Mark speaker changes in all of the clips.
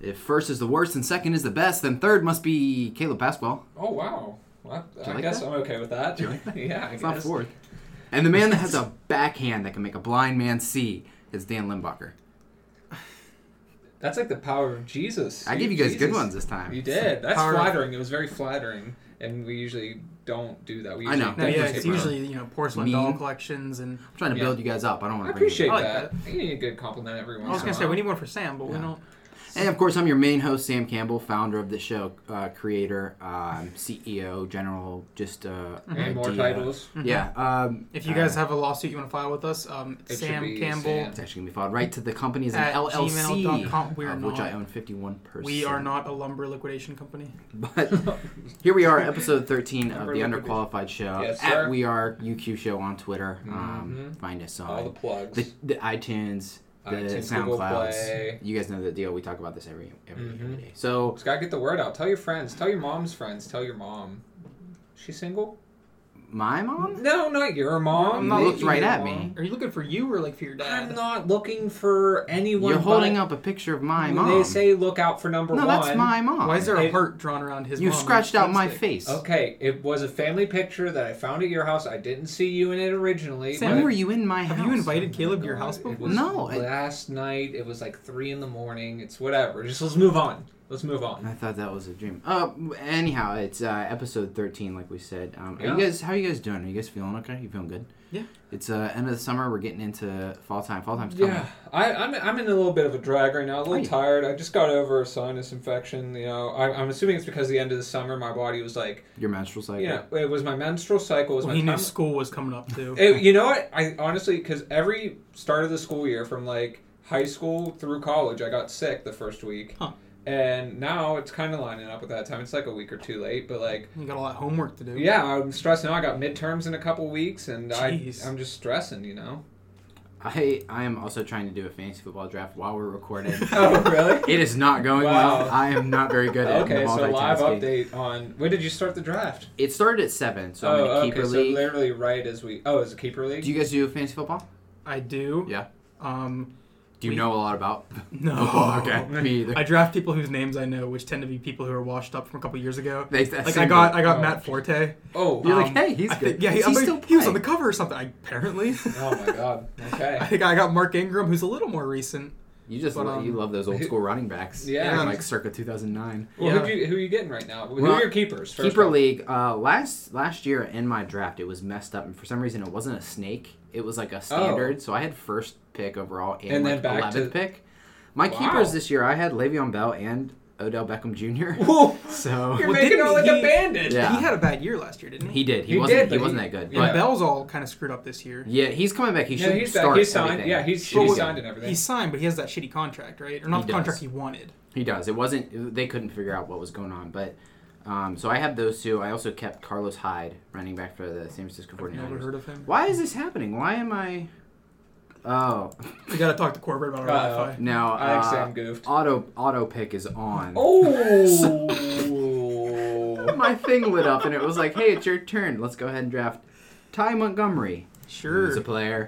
Speaker 1: If first is the worst and second is the best, then third must be Caleb Pasquale.
Speaker 2: Oh wow. Well, I,
Speaker 1: Do you
Speaker 2: I
Speaker 1: like
Speaker 2: guess
Speaker 1: that?
Speaker 2: I'm okay with that.
Speaker 1: Do you like that?
Speaker 2: yeah, I
Speaker 1: It's
Speaker 2: guess.
Speaker 1: not fourth. And the man that has a backhand that can make a blind man see is Dan Limbacher.
Speaker 2: That's like the power of Jesus.
Speaker 1: I gave you guys good
Speaker 2: Jesus.
Speaker 1: ones this time.
Speaker 2: You did. That's
Speaker 3: Power of-
Speaker 2: flattering. It was very flattering, and we usually don't do that. We
Speaker 1: I
Speaker 2: usually
Speaker 1: know.
Speaker 3: No,
Speaker 2: don't
Speaker 3: yeah,
Speaker 2: just
Speaker 3: it's
Speaker 2: get-
Speaker 3: usually you know porcelain doll
Speaker 1: Mean.
Speaker 3: collections, and
Speaker 1: I'm trying to
Speaker 2: Yeah.
Speaker 1: build you guys up. I don't want
Speaker 2: I
Speaker 1: to
Speaker 2: appreciate
Speaker 3: I like
Speaker 2: that. You need a good compliment every once
Speaker 3: I
Speaker 2: in
Speaker 3: was
Speaker 2: a
Speaker 3: gonna say
Speaker 2: while.
Speaker 3: we need one for Sam, but we
Speaker 1: Yeah.
Speaker 3: don't.
Speaker 1: And of course, I'm your main host, Sam Campbell, founder of the show, uh, creator, um, CEO, general, just uh,
Speaker 2: and more
Speaker 1: idea.
Speaker 2: titles.
Speaker 1: Yeah. Um,
Speaker 3: Mm-hmm. If you guys have a lawsuit you want to file with us, um,
Speaker 2: should
Speaker 3: Sam
Speaker 2: be
Speaker 3: Campbell.
Speaker 2: Sam.
Speaker 1: it's actually gonna be filed right to the company as an
Speaker 3: At
Speaker 1: LLC,
Speaker 3: gmail.com. We're
Speaker 1: of which
Speaker 3: not.
Speaker 1: I own 51 percent.
Speaker 3: We are not a lumber liquidation company.
Speaker 1: But here we are, episode 13 of
Speaker 3: Number
Speaker 1: the
Speaker 3: liquidation.
Speaker 1: Underqualified Show.
Speaker 2: Yes, sir. Mm-hmm.
Speaker 1: at We Are UQ Show on Twitter. Um, find us
Speaker 2: all the
Speaker 1: on
Speaker 2: plugs.
Speaker 1: the, the iTunes, the
Speaker 2: iTunes, Google Play. Mm-hmm.
Speaker 1: SoundClouds. You guys know the deal. We talk about this every every, every day. So
Speaker 2: Just gotta get the word out. Tell your friends. Tell your mom's friends. Tell your mom. She's single?
Speaker 1: my mom
Speaker 2: No, not your mom.
Speaker 3: I'm not-
Speaker 2: Maybe
Speaker 1: looked right
Speaker 2: your
Speaker 1: at
Speaker 2: mom.
Speaker 1: me.
Speaker 3: Are you looking for you or like for your dad?
Speaker 2: I'm not looking for anyone.
Speaker 1: You're holding
Speaker 2: but
Speaker 1: up a picture of my
Speaker 2: when
Speaker 1: mom.
Speaker 2: They say look out for number
Speaker 1: no,
Speaker 2: one.
Speaker 1: that's my mom.
Speaker 3: Why is there a
Speaker 2: It-
Speaker 3: heart drawn around his?
Speaker 1: you
Speaker 3: mom?
Speaker 1: scratched out my
Speaker 3: Lipstick.
Speaker 1: face.
Speaker 2: Okay, it was a family picture that I found at your house. I didn't see you in it originally.
Speaker 3: Sam,
Speaker 2: but-
Speaker 1: When were you in my
Speaker 3: Have
Speaker 1: house?
Speaker 3: you invited Caleb to your house
Speaker 2: It
Speaker 3: before?
Speaker 2: was
Speaker 1: No, I-
Speaker 2: Last night, it was like 3 in the morning. It's whatever. Just let's move on. Let's move on.
Speaker 1: I thought that was a dream. Uh, anyhow, it's uh, episode thirteen, like we said. Um, are
Speaker 2: Yeah.
Speaker 1: you guys? How are you guys doing? Are you guys feeling okay? You feeling good?
Speaker 3: Yeah.
Speaker 1: It's uh, end of the summer. We're getting into fall time. Fall time's coming.
Speaker 2: Yeah, I, I'm, I'm in a little bit of a drag right now, a little
Speaker 1: Are you?
Speaker 2: tired. I just got over a sinus infection. You know, I, I'm assuming it's because the end of the summer, my body was like,
Speaker 1: Your menstrual cycle.
Speaker 2: you know, it was my menstrual cycle. It was
Speaker 3: Well,
Speaker 2: my
Speaker 3: he knew
Speaker 2: time-
Speaker 3: school was coming up too.
Speaker 2: Eh, you know what? I honestly, because every start of the school year, from like high school through college, I got sick the first week,
Speaker 3: Huh.
Speaker 2: and now it's kind of lining up with that time. It's like a week or two late, but like,
Speaker 3: You got a lot of homework to do.
Speaker 2: yeah, I'm stressing. out. I got midterms in a couple weeks, and I,
Speaker 3: Jeez.
Speaker 2: I'm just stressing. You know?
Speaker 1: I I am also trying to do a fantasy football draft while we're recording.
Speaker 2: Oh, really?
Speaker 1: it is not going
Speaker 2: Wow.
Speaker 1: well. I am not very good at
Speaker 2: okay, so
Speaker 1: multitasking.
Speaker 2: live update on when did you start the draft?
Speaker 1: It started at seven, so I'm in a
Speaker 2: oh, okay.
Speaker 1: keeper
Speaker 2: so
Speaker 1: league.
Speaker 2: literally right as we. Oh, is a keeper league?
Speaker 1: do you guys do fantasy football?
Speaker 3: I do.
Speaker 1: Yeah.
Speaker 3: Um,
Speaker 1: Do you
Speaker 3: We-
Speaker 1: know a lot about?
Speaker 3: no.
Speaker 1: Oh, okay. Me either.
Speaker 3: I draft people whose names I know, which tend to be people who are washed up from a couple years ago.
Speaker 1: They- that
Speaker 3: Like I
Speaker 1: seemed
Speaker 3: got,
Speaker 1: to-
Speaker 3: I got
Speaker 2: oh.
Speaker 3: Matt Forte.
Speaker 2: oh,
Speaker 1: You're
Speaker 2: um,
Speaker 1: like, hey, he's
Speaker 3: I
Speaker 1: good.
Speaker 3: think, yeah, he,
Speaker 1: Is he
Speaker 3: I'm like-
Speaker 1: still
Speaker 3: he was on the
Speaker 1: playing?
Speaker 3: cover or something. I, apparently,
Speaker 2: oh my god. Okay.
Speaker 3: I think I got Mark Ingram, who's a little more recent.
Speaker 1: You just
Speaker 3: But,
Speaker 1: lo-
Speaker 3: um,
Speaker 1: you love those old
Speaker 2: who-
Speaker 1: school running backs.
Speaker 2: Yeah.
Speaker 1: From, like circa 2009.
Speaker 2: Well,
Speaker 3: Yeah.
Speaker 2: who, you, who are you getting right now? Who
Speaker 1: Well,
Speaker 2: are your keepers? first
Speaker 1: Keeper
Speaker 2: off?
Speaker 1: League. Uh, last last year in my draft, it was messed up, and for some reason, it wasn't a snake. It was like a standard. So I had first pick overall and,
Speaker 2: Oh. And then
Speaker 1: like
Speaker 2: back to-
Speaker 1: 11th pick. My
Speaker 2: Wow.
Speaker 1: keepers this year, I had Le'Veon Bell and Odell Beckham Jr.
Speaker 2: Whoa,
Speaker 1: so
Speaker 2: you're
Speaker 3: Well,
Speaker 2: making
Speaker 3: didn't
Speaker 2: all like a
Speaker 3: he-
Speaker 2: bandit.
Speaker 1: Yeah.
Speaker 3: He had a bad year last year, didn't he?
Speaker 1: he did. He,
Speaker 2: He
Speaker 1: wasn't.
Speaker 2: did,
Speaker 1: he
Speaker 2: but
Speaker 1: wasn't
Speaker 2: he-
Speaker 1: that good.
Speaker 2: yeah.
Speaker 3: And
Speaker 1: But
Speaker 3: Bell's all kind of screwed up this year.
Speaker 1: yeah, he's coming back. He
Speaker 2: Yeah,
Speaker 1: should
Speaker 2: he's back.
Speaker 1: start.
Speaker 2: He's signed.
Speaker 1: everything.
Speaker 2: Yeah, he's,
Speaker 3: Well,
Speaker 2: he's
Speaker 3: with-
Speaker 2: signed and everything.
Speaker 3: He's signed, but he has that shitty contract, right? Or
Speaker 1: He
Speaker 3: not the
Speaker 1: does.
Speaker 3: contract he wanted.
Speaker 1: He does. It wasn't. They couldn't figure out what was going on, but. Um, so I have those two. I also kept Carlos Hyde, running back for the San Francisco 49ers.
Speaker 3: Never heard of him.
Speaker 1: Why is this happening? Why am I? Oh
Speaker 3: We gotta talk to Corbett about our
Speaker 2: Uh-oh.
Speaker 3: Wi-Fi.
Speaker 1: no!
Speaker 2: I think
Speaker 1: Uh,
Speaker 2: Sam goofed.
Speaker 1: auto auto pick is on.
Speaker 2: Oh.
Speaker 1: My thing lit up and it was like, "Hey, it's your turn. Let's go ahead and draft Ty Montgomery, who's
Speaker 3: Sure.
Speaker 1: a player."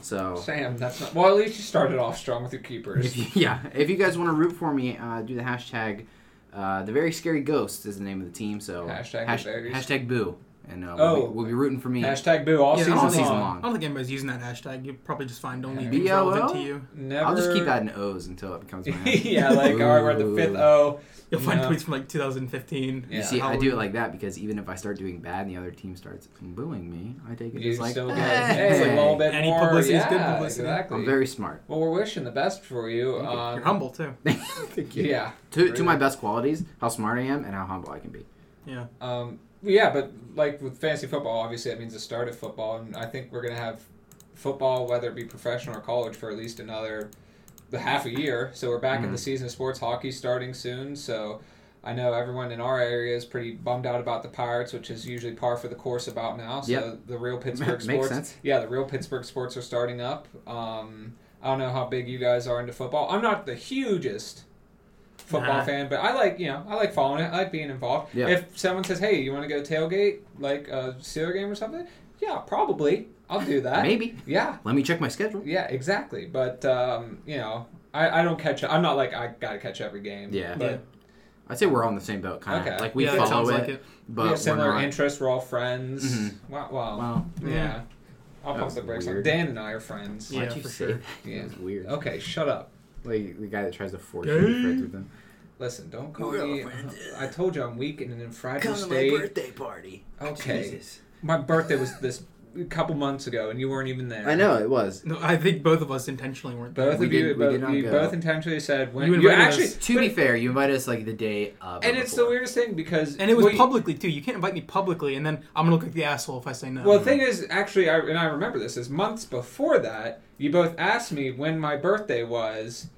Speaker 1: So
Speaker 2: Sam, that's not. Well, at least you started off strong with your keepers.
Speaker 1: if you, yeah, if you guys want to root for me, uh, do the hashtag. Uh, the very scary ghost is the name of the team. So
Speaker 2: Hashtag
Speaker 1: hash-
Speaker 2: the very-
Speaker 1: hashtag boo, and uh, we'll,
Speaker 2: Oh.
Speaker 1: be, we'll be rooting for me.
Speaker 2: Hashtag boo all
Speaker 3: Yeah,
Speaker 2: season,
Speaker 3: all
Speaker 1: season
Speaker 2: long.
Speaker 1: long.
Speaker 3: I don't think anybody's using that hashtag. You probably just find only
Speaker 2: Yeah.
Speaker 3: things relevant
Speaker 1: BLO?
Speaker 3: to you.
Speaker 2: Never.
Speaker 1: I'll just keep adding O's until it becomes my own.
Speaker 2: yeah, like all right, we're at the fifth oh.
Speaker 1: Ooh.
Speaker 2: O.
Speaker 3: You'll find
Speaker 2: No.
Speaker 3: tweets from like 2015.
Speaker 2: Yeah.
Speaker 1: You see, I
Speaker 3: Halloween.
Speaker 1: do it like that because even if I start doing bad and the other team starts booing me, I take it
Speaker 2: You
Speaker 1: as like, eh.
Speaker 2: still get
Speaker 1: "Hey."
Speaker 2: hey, it's a little bit
Speaker 3: Any
Speaker 2: more.
Speaker 3: publicity is
Speaker 2: yeah,
Speaker 3: good publicity.
Speaker 2: Exactly.
Speaker 1: I'm very smart.
Speaker 2: Well, we're wishing the best for you.
Speaker 1: you.
Speaker 2: Um,
Speaker 3: You're humble too.
Speaker 1: Thank you.
Speaker 2: Yeah.
Speaker 1: To, to my best qualities, how smart I am and how humble I can be.
Speaker 3: Yeah.
Speaker 2: Um, yeah, but like with fantasy football, obviously that means the start of football, and I think we're gonna have football, whether it be professional or college, for at least another the half a year. So we're back
Speaker 1: Mm-hmm.
Speaker 2: in the season of sports hockey starting soon. So I know everyone in our area is pretty bummed out about the Pirates, which is usually par for the course about now. So
Speaker 1: Yep.
Speaker 2: the real Pittsburgh
Speaker 1: Makes
Speaker 2: sports,
Speaker 1: sense.
Speaker 2: yeah, the real Pittsburgh sports are starting up. Um, I don't know how big you guys are into football. I'm not the hugest football
Speaker 3: Nah.
Speaker 2: fan, but I like you know I like following it. I like being involved.
Speaker 1: Yeah.
Speaker 2: If someone says, "Hey, you want to go tailgate like a Steeler game or something?" Yeah, probably. I'll do that.
Speaker 1: Maybe.
Speaker 2: Yeah.
Speaker 1: Let me check my schedule.
Speaker 2: Yeah, exactly. But um, you know, I, I don't catch. I'm not like I gotta catch every game.
Speaker 1: Yeah.
Speaker 2: but
Speaker 3: Yeah.
Speaker 1: I'd say we're all in the same boat, kind of.
Speaker 2: Okay.
Speaker 1: Like we
Speaker 3: Yeah, that
Speaker 1: follow
Speaker 3: sounds
Speaker 1: it,
Speaker 3: like it.
Speaker 2: we have
Speaker 1: but we're
Speaker 2: similar
Speaker 1: not.
Speaker 2: interests. We're all friends. Wow, wow,
Speaker 1: Wow.
Speaker 2: yeah.
Speaker 3: Yeah.
Speaker 2: I'll
Speaker 1: That
Speaker 2: pump
Speaker 1: was
Speaker 2: the brakes on
Speaker 1: weird.
Speaker 2: Dan and I are friends.
Speaker 3: Yeah,
Speaker 1: Why'd you
Speaker 3: for
Speaker 1: say
Speaker 3: sure.
Speaker 1: that?
Speaker 2: Yeah. Oh.
Speaker 1: It was weird.
Speaker 2: Okay, shut up.
Speaker 1: Like the guy that tries to force
Speaker 3: Gay.
Speaker 1: you to be friends with them.
Speaker 2: Listen, don't call
Speaker 1: We're all
Speaker 2: me. uh,
Speaker 1: friends.
Speaker 2: I told you I'm weak and in fragile
Speaker 1: Come to my
Speaker 2: state.
Speaker 1: birthday party.
Speaker 2: Okay.
Speaker 1: Jesus.
Speaker 2: My birthday was this a couple months ago, and you weren't even there.
Speaker 1: I know it was.
Speaker 3: No, I think both of us intentionally weren't.
Speaker 2: Both
Speaker 1: We
Speaker 2: of
Speaker 1: did-
Speaker 2: you,
Speaker 1: we did
Speaker 2: both,
Speaker 1: not
Speaker 2: you
Speaker 1: go.
Speaker 2: both intentionally said when
Speaker 3: You
Speaker 2: you,
Speaker 3: invited
Speaker 2: actually.
Speaker 3: us.
Speaker 1: To be fair, you invited us like the day of.
Speaker 2: and
Speaker 1: or
Speaker 2: it's the
Speaker 1: before.
Speaker 2: weirdest thing because
Speaker 3: And it was
Speaker 2: well, you-
Speaker 3: publicly too. You can't invite me publicly, and then I'm gonna look like the asshole if I say no.
Speaker 2: Well, the thing is, actually, I, and I remember this is months before that. You both asked me when my birthday was,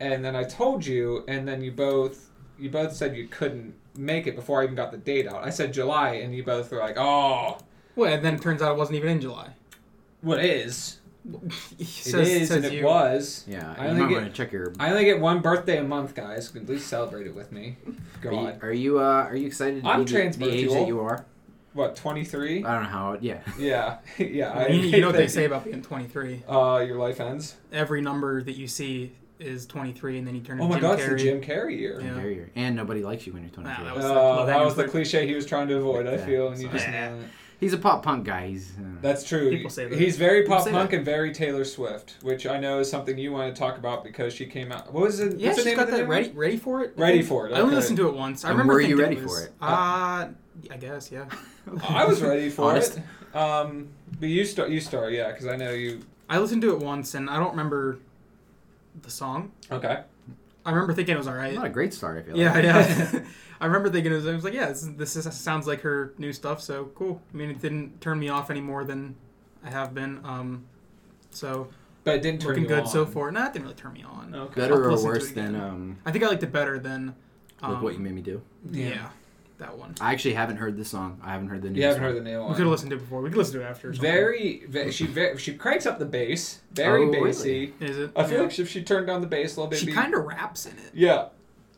Speaker 2: and then I told you, and then you both you both said you couldn't make it before I even got the date out. I said July, and you both were like, "Oh,
Speaker 3: well, and then it turns out it wasn't even in July.
Speaker 2: what is?
Speaker 3: It
Speaker 2: It is, and it was."
Speaker 1: Yeah,
Speaker 2: I
Speaker 1: you
Speaker 2: only
Speaker 1: might
Speaker 2: get-
Speaker 1: want to check your.
Speaker 2: I only get one birthday a month, guys. At least celebrate it with me.
Speaker 1: Are you,
Speaker 2: Oh, God,
Speaker 1: are you uh are you excited to
Speaker 2: I'm
Speaker 1: be the, the age
Speaker 2: transmercural.
Speaker 1: that you are?
Speaker 2: what? Twenty three?
Speaker 1: I don't know how. Yeah.
Speaker 2: Yeah, yeah. I
Speaker 3: You, you know what they
Speaker 2: think-
Speaker 3: say about being 23.
Speaker 2: Uh, your life ends.
Speaker 3: Every number that you see is 23, and then you turn into
Speaker 2: Oh my
Speaker 3: Jim
Speaker 2: God,
Speaker 3: Carrey.
Speaker 2: it's the Jim Carrey year.
Speaker 3: Yeah.
Speaker 1: There you're- And nobody likes you when you're
Speaker 3: Nah,
Speaker 1: 23.
Speaker 3: that was-
Speaker 2: Uh,
Speaker 3: Well,
Speaker 2: that was the
Speaker 3: includes-
Speaker 2: cliche he was trying to avoid. I
Speaker 1: Yeah.
Speaker 2: feel, and you just
Speaker 3: Yeah.
Speaker 2: know it.
Speaker 1: He's a pop punk guy. He's. uh, I don't know.
Speaker 2: that's true.
Speaker 3: People say that.
Speaker 2: He's very
Speaker 1: People
Speaker 2: pop
Speaker 1: say
Speaker 2: punk
Speaker 1: that.
Speaker 2: and very Taylor Swift, which I know is something you want to talk about because she came out. What was it?
Speaker 3: Yeah,
Speaker 2: what's the name
Speaker 3: she's got
Speaker 2: of the
Speaker 3: that
Speaker 2: new
Speaker 3: ready,
Speaker 2: one?
Speaker 3: ready for it.
Speaker 2: Ready for it.
Speaker 3: I only
Speaker 2: okay.
Speaker 3: listened to it once. I
Speaker 1: And
Speaker 3: remember
Speaker 1: were you
Speaker 3: thinking
Speaker 1: ready
Speaker 3: was,
Speaker 1: for it?
Speaker 3: Uh, I guess yeah.
Speaker 2: I was ready for
Speaker 1: Honest.
Speaker 2: it. Um, but you start. You start. Yeah, because I know you.
Speaker 3: I listened to it once, and I don't remember the song.
Speaker 2: Okay.
Speaker 3: I remember thinking it was alright.
Speaker 1: Not a great start. I feel.
Speaker 3: Yeah,
Speaker 1: Like.
Speaker 3: yeah. I remember thinking it was, I was like, yeah, this, this is, sounds like her new stuff. So cool. I mean, it didn't turn me off any more than I have been. Um, so
Speaker 2: But it didn't turn
Speaker 3: looking
Speaker 2: you
Speaker 3: good
Speaker 2: on. Oh.
Speaker 3: so far. Nah, it didn't really turn me on.
Speaker 2: Okay.
Speaker 1: Better
Speaker 3: I'll
Speaker 1: or
Speaker 3: listen to it
Speaker 1: worse than
Speaker 3: again.
Speaker 1: um
Speaker 3: I think I liked it better than. Um,
Speaker 1: like what you made me do.
Speaker 3: yeah.
Speaker 2: Yeah.
Speaker 3: that one.
Speaker 1: I actually haven't heard this song. I haven't heard the new.
Speaker 2: You haven't
Speaker 1: song.
Speaker 2: heard the new
Speaker 3: We
Speaker 2: one.
Speaker 3: could have listened to it before. We could listen to it after. or something.
Speaker 2: very, ve she ve she cranks up the bass, very
Speaker 1: Oh, really?
Speaker 2: bassy.
Speaker 3: Is it?
Speaker 2: I feel
Speaker 3: Yeah.
Speaker 2: like if she turned down the bass a little bit,
Speaker 3: she
Speaker 2: it'd be-
Speaker 3: kind of raps in it.
Speaker 2: yeah,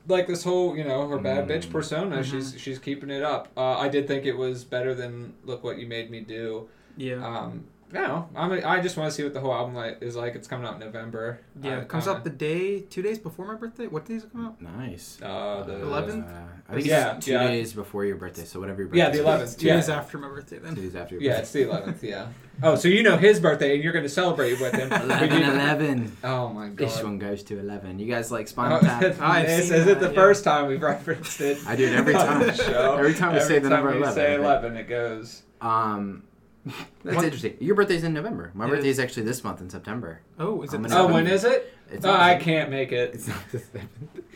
Speaker 2: like this whole you know her bad bitch
Speaker 3: Mm-hmm.
Speaker 1: Mm.
Speaker 2: persona. She's she's keeping it up. Uh, I did think it was better than look what you made me do.
Speaker 3: Yeah.
Speaker 2: Um, you know, I mean, I just want to see what the whole album like, is like. It's coming out in November. Uh,
Speaker 3: yeah,
Speaker 2: I-
Speaker 3: it comes
Speaker 2: I'm
Speaker 3: out the day, two days before my birthday. What day does it come out?
Speaker 1: Nice.
Speaker 2: a- uh, the
Speaker 3: 11th?
Speaker 1: Uh, I think
Speaker 2: Yeah,
Speaker 1: it's two
Speaker 2: yeah.
Speaker 1: days before your birthday. So whatever your birthday.
Speaker 2: Yeah, the
Speaker 1: is.
Speaker 2: 11th.
Speaker 3: Two
Speaker 2: yeah.
Speaker 3: days after my birthday, then.
Speaker 1: Two days after your
Speaker 2: Yeah,
Speaker 1: birthday.
Speaker 2: it's the 11th. Yeah. Oh, so you know his birthday and you're going to celebrate with him. but
Speaker 1: Eleven,
Speaker 2: you-
Speaker 1: eleven.
Speaker 2: Oh my god.
Speaker 1: This one goes to eleven. You guys like Spinal
Speaker 2: Oh,
Speaker 1: Tap?
Speaker 3: I've
Speaker 2: this-
Speaker 3: seen
Speaker 2: is it
Speaker 3: that,
Speaker 2: the
Speaker 3: yeah.
Speaker 2: first time we've referenced it?
Speaker 1: I do it every
Speaker 2: on the
Speaker 1: time.
Speaker 2: show.
Speaker 1: Every time we say the
Speaker 2: time
Speaker 1: number
Speaker 2: we
Speaker 1: 11, I
Speaker 2: say
Speaker 1: think.
Speaker 2: 11, it goes.
Speaker 1: Um, that's
Speaker 3: What-
Speaker 1: interesting. Your birthday's in November. My
Speaker 3: It
Speaker 1: birthday
Speaker 3: is.
Speaker 1: is actually this month in September.
Speaker 3: Oh, is it?
Speaker 1: I'm
Speaker 3: the
Speaker 1: gonna-
Speaker 2: Oh,
Speaker 3: seventh?
Speaker 2: when is it?
Speaker 1: It's
Speaker 2: Oh,
Speaker 1: not-
Speaker 2: I can't make it.
Speaker 1: It's not the seventh.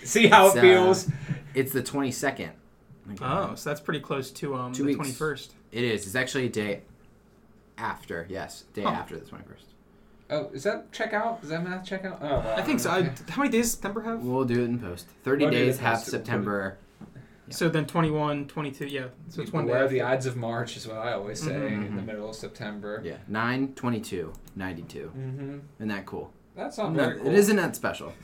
Speaker 2: See how
Speaker 1: It's,
Speaker 2: it
Speaker 1: uh,
Speaker 2: feels.
Speaker 1: It's the twenty second.
Speaker 3: Oh, so that's pretty close to um
Speaker 1: Two
Speaker 3: the
Speaker 1: weeks.
Speaker 3: twenty first.
Speaker 1: It is. It's actually a day after. Yes, day
Speaker 3: Huh.
Speaker 1: after the twenty first.
Speaker 2: Oh, is that checkout? Is that math checkout? Oh, wow.
Speaker 3: I think so. I, how many days does September have?
Speaker 1: We'll do it in post. Thirty
Speaker 2: We'll do it
Speaker 1: days,
Speaker 2: in
Speaker 1: half
Speaker 2: post.
Speaker 1: September.
Speaker 3: So then 21, 22, yeah. So it's one day.
Speaker 2: Beware the
Speaker 3: after.
Speaker 2: Ides of March is what I always say
Speaker 3: Mhm.
Speaker 1: Mm-hmm.
Speaker 2: in the middle of September.
Speaker 1: Yeah, 9, 22, 92.
Speaker 2: hmm
Speaker 1: Isn't that cool?
Speaker 2: That's not
Speaker 1: No,
Speaker 2: Oh, very cool.
Speaker 1: It isn't that special.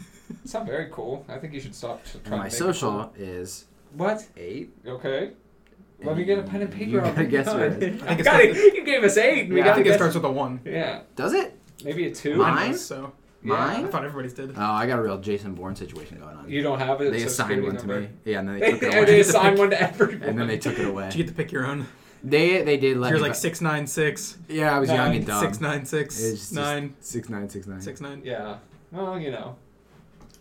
Speaker 2: It's not very cool. I think you should stop t-
Speaker 1: And
Speaker 2: trying
Speaker 1: my
Speaker 2: to make it
Speaker 1: social
Speaker 2: cool.
Speaker 1: is
Speaker 2: What?
Speaker 1: eight.
Speaker 2: Okay. Let me get a pen and paper.
Speaker 1: You
Speaker 2: I'll
Speaker 1: gotta
Speaker 2: be
Speaker 1: guess
Speaker 2: done.
Speaker 1: what it
Speaker 3: I think
Speaker 2: You
Speaker 3: it's
Speaker 2: got
Speaker 3: got-
Speaker 2: it. You gave us eight. and we
Speaker 1: Yeah,
Speaker 2: got
Speaker 3: I think
Speaker 2: to
Speaker 3: it
Speaker 2: guess-
Speaker 3: starts with a one.
Speaker 2: Yeah,
Speaker 1: Does it?
Speaker 2: maybe a two.
Speaker 1: Mine?
Speaker 3: Mine? So
Speaker 2: Yeah.
Speaker 3: I
Speaker 1: Mine?
Speaker 3: thought everybody's did.
Speaker 1: Oh, I got a real Jason Bourne situation going on.
Speaker 2: You don't have it.
Speaker 1: they
Speaker 2: so
Speaker 1: assigned
Speaker 2: security
Speaker 1: one to
Speaker 2: number.
Speaker 1: me. Yeah, and then they
Speaker 2: They,
Speaker 1: took it
Speaker 2: and they
Speaker 1: away.
Speaker 2: assigned one to everyone.
Speaker 1: and then they took it
Speaker 3: Did
Speaker 1: away.
Speaker 3: you get to pick your own?
Speaker 1: They they did let
Speaker 3: You're
Speaker 1: me
Speaker 3: like
Speaker 1: bu-
Speaker 3: six nine six
Speaker 1: Yeah, I was young
Speaker 2: nine,
Speaker 1: and dumb.
Speaker 3: six nine six
Speaker 1: It's just-
Speaker 3: nine
Speaker 1: Six nine six nine.
Speaker 3: six nine.
Speaker 2: Yeah. Well, you know,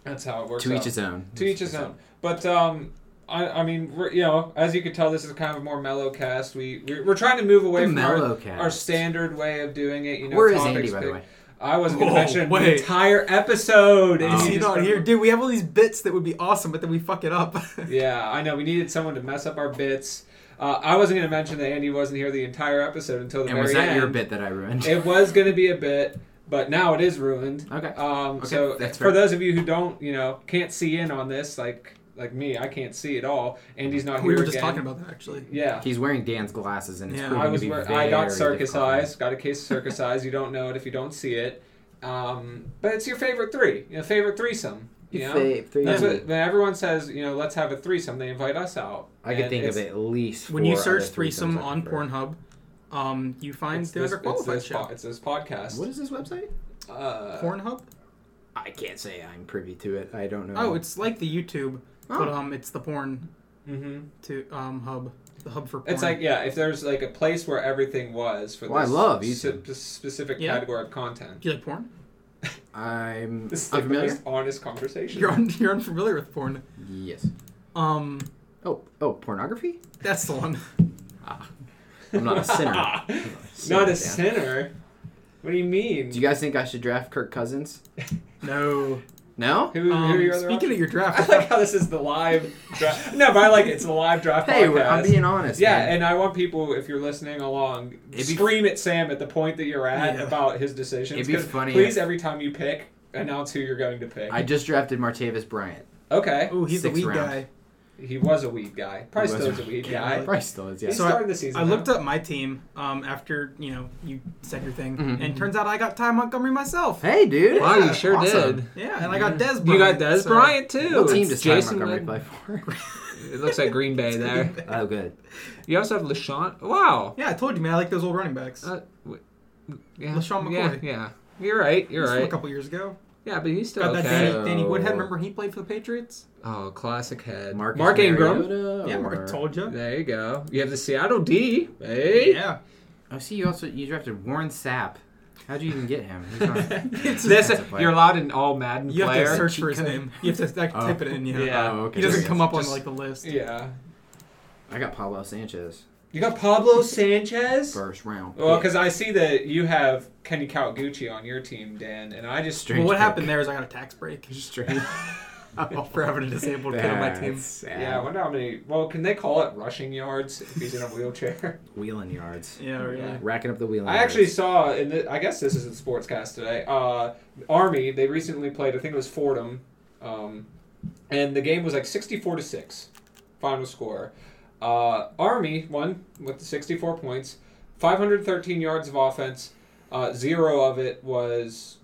Speaker 2: that's how it works.
Speaker 1: to each
Speaker 2: out.
Speaker 1: his own.
Speaker 2: To each his own. But um, I, I mean, we're, you know, as you can tell, this is kind of a more mellow cast. We we're, we're trying to move away
Speaker 1: The
Speaker 2: from our,
Speaker 1: mellow cast.
Speaker 2: our standard way of doing it. You know,
Speaker 1: Where is
Speaker 2: topics
Speaker 1: Andy, by the
Speaker 2: pick-
Speaker 1: way?
Speaker 2: I wasn't going to
Speaker 3: Whoa,
Speaker 2: mention it the
Speaker 3: Oh, wait.
Speaker 2: entire episode. and
Speaker 1: Oh.
Speaker 3: Is
Speaker 2: you
Speaker 3: he
Speaker 2: just
Speaker 3: not
Speaker 2: kinda-
Speaker 3: here? Dude, we have all these bits that would be awesome, but then we fuck it up.
Speaker 2: Yeah, I know. We needed someone to mess up our bits. Uh, I wasn't going to mention that Andy wasn't here the entire episode until the
Speaker 1: And
Speaker 2: very
Speaker 1: was that
Speaker 2: end.
Speaker 1: your bit that I ruined?
Speaker 2: It was going to be a bit, but now it is ruined.
Speaker 1: okay.
Speaker 2: Um,
Speaker 1: Okay,
Speaker 2: so
Speaker 1: that's
Speaker 2: for
Speaker 1: fair.
Speaker 2: those of you who don't, you know, can't see in on this, like like me, I can't see at all. Andy's not
Speaker 3: we
Speaker 2: here
Speaker 3: were just
Speaker 2: again.
Speaker 3: talking about that actually.
Speaker 2: Yeah,
Speaker 1: He's wearing Dan's glasses, and it's
Speaker 3: Yeah.
Speaker 1: proving
Speaker 2: I was.
Speaker 1: To be
Speaker 2: Wear, I got
Speaker 1: very
Speaker 2: circus
Speaker 1: difficult.
Speaker 2: eyes. Got a case of circus eyes. You don't know it if you don't see it. Um, but it's your favorite three. You know, favorite threesome. You know. That's what, when everyone says, you know, let's have a threesome, they invite us out.
Speaker 1: I could
Speaker 2: And
Speaker 1: think of
Speaker 2: it's-
Speaker 1: at least.
Speaker 3: When you
Speaker 1: four
Speaker 3: search
Speaker 1: other
Speaker 3: threesome
Speaker 1: threesomes I
Speaker 3: on
Speaker 1: prefer.
Speaker 3: Pornhub, um, you find
Speaker 2: It's
Speaker 3: the
Speaker 2: this, it's,
Speaker 3: underqualified
Speaker 2: this
Speaker 3: show.
Speaker 2: po- it's this podcast.
Speaker 1: What is this website?
Speaker 2: Uh,
Speaker 3: Pornhub?
Speaker 1: I can't say I'm privy to it. I don't know.
Speaker 3: Oh, it's like the YouTube, but
Speaker 1: Oh.
Speaker 3: um, it's the porn
Speaker 2: Mm-hmm.
Speaker 3: to um hub, the hub for porn.
Speaker 2: It's like yeah, if there's like a place where everything was for
Speaker 1: Well, I
Speaker 2: this
Speaker 1: love
Speaker 2: spe-
Speaker 1: YouTube.
Speaker 2: specific
Speaker 3: Yeah.
Speaker 2: category of content.
Speaker 3: Do you like porn?
Speaker 1: I'm
Speaker 2: This is like the
Speaker 1: unfamiliar.
Speaker 2: most honest conversation.
Speaker 3: You're un- you're unfamiliar with porn.
Speaker 1: Yes.
Speaker 3: Um,
Speaker 1: Oh, oh, pornography.
Speaker 3: that's the one.
Speaker 1: I'm not a sinner.
Speaker 2: Not
Speaker 1: I'm
Speaker 2: Not a
Speaker 1: damn.
Speaker 2: sinner. What do you mean?
Speaker 1: Do you guys think I should draft Kirk Cousins?
Speaker 3: No.
Speaker 1: No.
Speaker 2: who, who
Speaker 3: Um,
Speaker 2: are your other
Speaker 3: speaking
Speaker 2: options?
Speaker 3: of your
Speaker 2: I
Speaker 3: draft,
Speaker 2: like how this is the live draft. No, but I like it. It's the live draft
Speaker 1: Hey,
Speaker 2: podcast.
Speaker 1: I'm being honest.
Speaker 2: yeah,
Speaker 1: man.
Speaker 2: and I want people, if you're listening along,
Speaker 1: It'd be-
Speaker 2: scream at Sam at the point that you're at
Speaker 3: Yeah.
Speaker 2: about his decisions.
Speaker 1: It'd be
Speaker 2: 'cause
Speaker 1: funny
Speaker 2: Please,
Speaker 1: if-
Speaker 2: every time you pick, announce who you're going to pick.
Speaker 1: I just drafted Martavis Bryant.
Speaker 2: Okay,
Speaker 3: oh, he's the
Speaker 1: Sixth
Speaker 3: lead
Speaker 1: round.
Speaker 3: guy.
Speaker 2: he was a weed guy. Probably
Speaker 1: He was
Speaker 2: still is
Speaker 1: a
Speaker 2: a weed
Speaker 3: Yeah,
Speaker 2: guy.
Speaker 3: like-
Speaker 1: Bryce still is. Yeah.
Speaker 2: He's
Speaker 3: So
Speaker 2: starting the season.
Speaker 3: I
Speaker 2: now.
Speaker 3: looked up my team um, after you know you said your thing,
Speaker 4: Mm-hmm,
Speaker 1: Mhm.
Speaker 3: and turns out I got Ty Montgomery myself.
Speaker 1: Hey, dude.
Speaker 4: Wow,
Speaker 2: Yeah,
Speaker 4: you sure
Speaker 1: awesome.
Speaker 4: did.
Speaker 3: Yeah, and I got Des. Bryant,
Speaker 4: Mm-hmm. You got Des
Speaker 3: so-
Speaker 4: Bryant too.
Speaker 1: What team
Speaker 4: It's
Speaker 1: does Ty
Speaker 4: Jason
Speaker 1: Montgomery
Speaker 4: Witten.
Speaker 1: play for?
Speaker 4: It looks like Green Bay there.
Speaker 1: oh, good.
Speaker 4: You also have Lashon. Wow.
Speaker 3: Yeah, I told you, man. I like those old running backs.
Speaker 4: Uh, w- yeah.
Speaker 3: LaShawn McCoy.
Speaker 4: Yeah, yeah. You're right. You're
Speaker 3: This from a
Speaker 4: right.
Speaker 3: couple years ago.
Speaker 4: Yeah, but he's still
Speaker 3: Got that
Speaker 4: okay.
Speaker 1: So-
Speaker 3: Danny, Danny Woodhead. Remember he played for the Patriots?
Speaker 4: Oh, classic head.
Speaker 1: Marcus
Speaker 4: Mark Ingram.
Speaker 1: Mariota
Speaker 3: yeah,
Speaker 1: or-
Speaker 3: Mark told you.
Speaker 4: There you go. You have the Seattle D. Hey.
Speaker 3: Yeah.
Speaker 1: Oh, see, you also you drafted Warren Sapp. How'd you even get him? He's not-
Speaker 3: It's-
Speaker 4: This,
Speaker 1: That's a player.
Speaker 4: you're allowed in all Madden
Speaker 3: you have
Speaker 4: player.
Speaker 3: to search for his
Speaker 1: Cheat code.
Speaker 3: name. You have to like,
Speaker 1: Oh.
Speaker 3: type it in. Yeah.
Speaker 4: Yeah.
Speaker 1: Oh, okay.
Speaker 3: He doesn't
Speaker 4: Just-
Speaker 3: come up
Speaker 4: just-
Speaker 3: on like the list.
Speaker 2: Yeah.
Speaker 1: I got Pablo Sanchez
Speaker 2: You got Pablo Sanchez?
Speaker 1: first round.
Speaker 2: Well, because I see that you have Kenny Kawaguchi on your team, Dan, and I just.
Speaker 1: Strange
Speaker 3: Well, what
Speaker 1: pick.
Speaker 3: happened there is I got a tax break
Speaker 1: Strange. oh,
Speaker 3: for having a disabled kid on my team.
Speaker 1: that's sad.
Speaker 2: Yeah, I wonder how many. Well, can they call it rushing yards if he's in a wheelchair?
Speaker 1: Wheeling yards.
Speaker 3: Yeah, really.
Speaker 2: Yeah.
Speaker 1: Racking up the wheeling.
Speaker 2: I
Speaker 1: yards.
Speaker 2: actually saw in the, I guess this is in Sportscast today. Uh, Army they recently played. I think it was Fordham, um, and the game was like sixty-four to six, final score. Uh, Army won with sixty-four points, five hundred thirteen yards of offense. Uh, zero of it was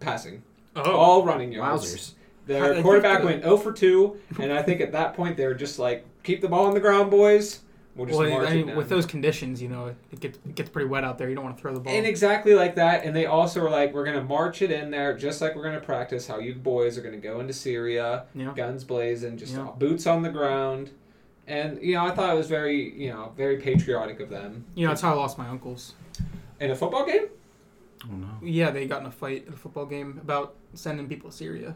Speaker 2: passing.
Speaker 3: Oh,
Speaker 2: All running yards.
Speaker 1: Wowzers.
Speaker 3: How did
Speaker 2: Their
Speaker 3: they
Speaker 2: quarterback
Speaker 3: do that?
Speaker 2: went 0 for 2, and I think at that point they were just like, keep the ball on the ground, boys. We'll just
Speaker 3: well,
Speaker 2: march
Speaker 3: I
Speaker 2: it
Speaker 3: mean,
Speaker 2: down."
Speaker 3: with those conditions, you know, it- it gets it gets pretty wet out there. You don't want to throw the ball.
Speaker 2: And exactly like that, and they also were like, we're going to march it in there, just like we're going to practice how you boys are going to go into Syria,
Speaker 3: Yeah.
Speaker 2: guns blazing, just
Speaker 3: Yeah.
Speaker 2: boots on the ground. And, you know, I thought it was very, you know, very patriotic of them.
Speaker 3: You know, that's how I lost my uncles.
Speaker 2: In a football game?
Speaker 1: Oh no.
Speaker 3: Yeah, they got in a fight at a football game about sending people to Syria.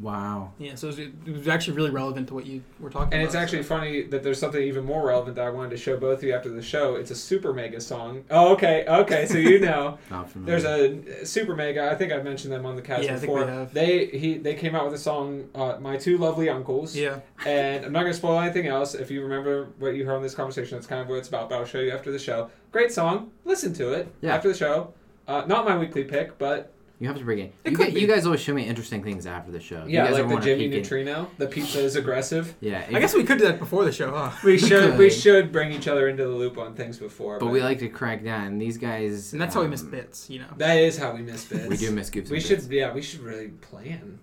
Speaker 1: Wow.
Speaker 3: Yeah, so it was, it was actually really relevant to what you were talking about.
Speaker 2: And it's actually funny that there's something even more relevant that I wanted to show both of you after the show. It's a super mega song. Oh, okay, okay, so you know.
Speaker 1: Not familiar.
Speaker 2: There's a Super Mega. I think I've mentioned them on the cast
Speaker 3: Yeah, I think
Speaker 2: before.
Speaker 3: we have.
Speaker 2: They he they came out with a song, uh, "My Two Lovely Uncles,"
Speaker 3: Yeah.
Speaker 2: and I'm not gonna spoil anything else. If you remember what you heard on this conversation, that's kind of what it's about. But I'll show you after the show. Great song. Listen to it
Speaker 1: Yeah.
Speaker 2: after the show. Uh, not my weekly pick, but
Speaker 1: You have to bring it.
Speaker 3: It
Speaker 1: you,
Speaker 3: could
Speaker 1: gu-
Speaker 3: be.
Speaker 1: you guys always show me interesting things after the show. you
Speaker 2: yeah,
Speaker 1: guys
Speaker 2: like
Speaker 1: ever
Speaker 2: the
Speaker 1: wanna
Speaker 2: Jimmy
Speaker 1: peek in-
Speaker 2: Neutrino. The pizza is aggressive.
Speaker 1: Yeah.
Speaker 3: I guess we could do that before the show, huh?
Speaker 2: We should we
Speaker 1: could.
Speaker 2: should bring each other into the loop on things before.
Speaker 1: But we like to crack down. And these guys.
Speaker 3: And that's how we
Speaker 1: um,
Speaker 3: miss bits, you know.
Speaker 2: that is how we miss bits.
Speaker 1: We do miss goofs.
Speaker 2: We
Speaker 1: and
Speaker 2: should
Speaker 1: bits.
Speaker 2: yeah we should really plan.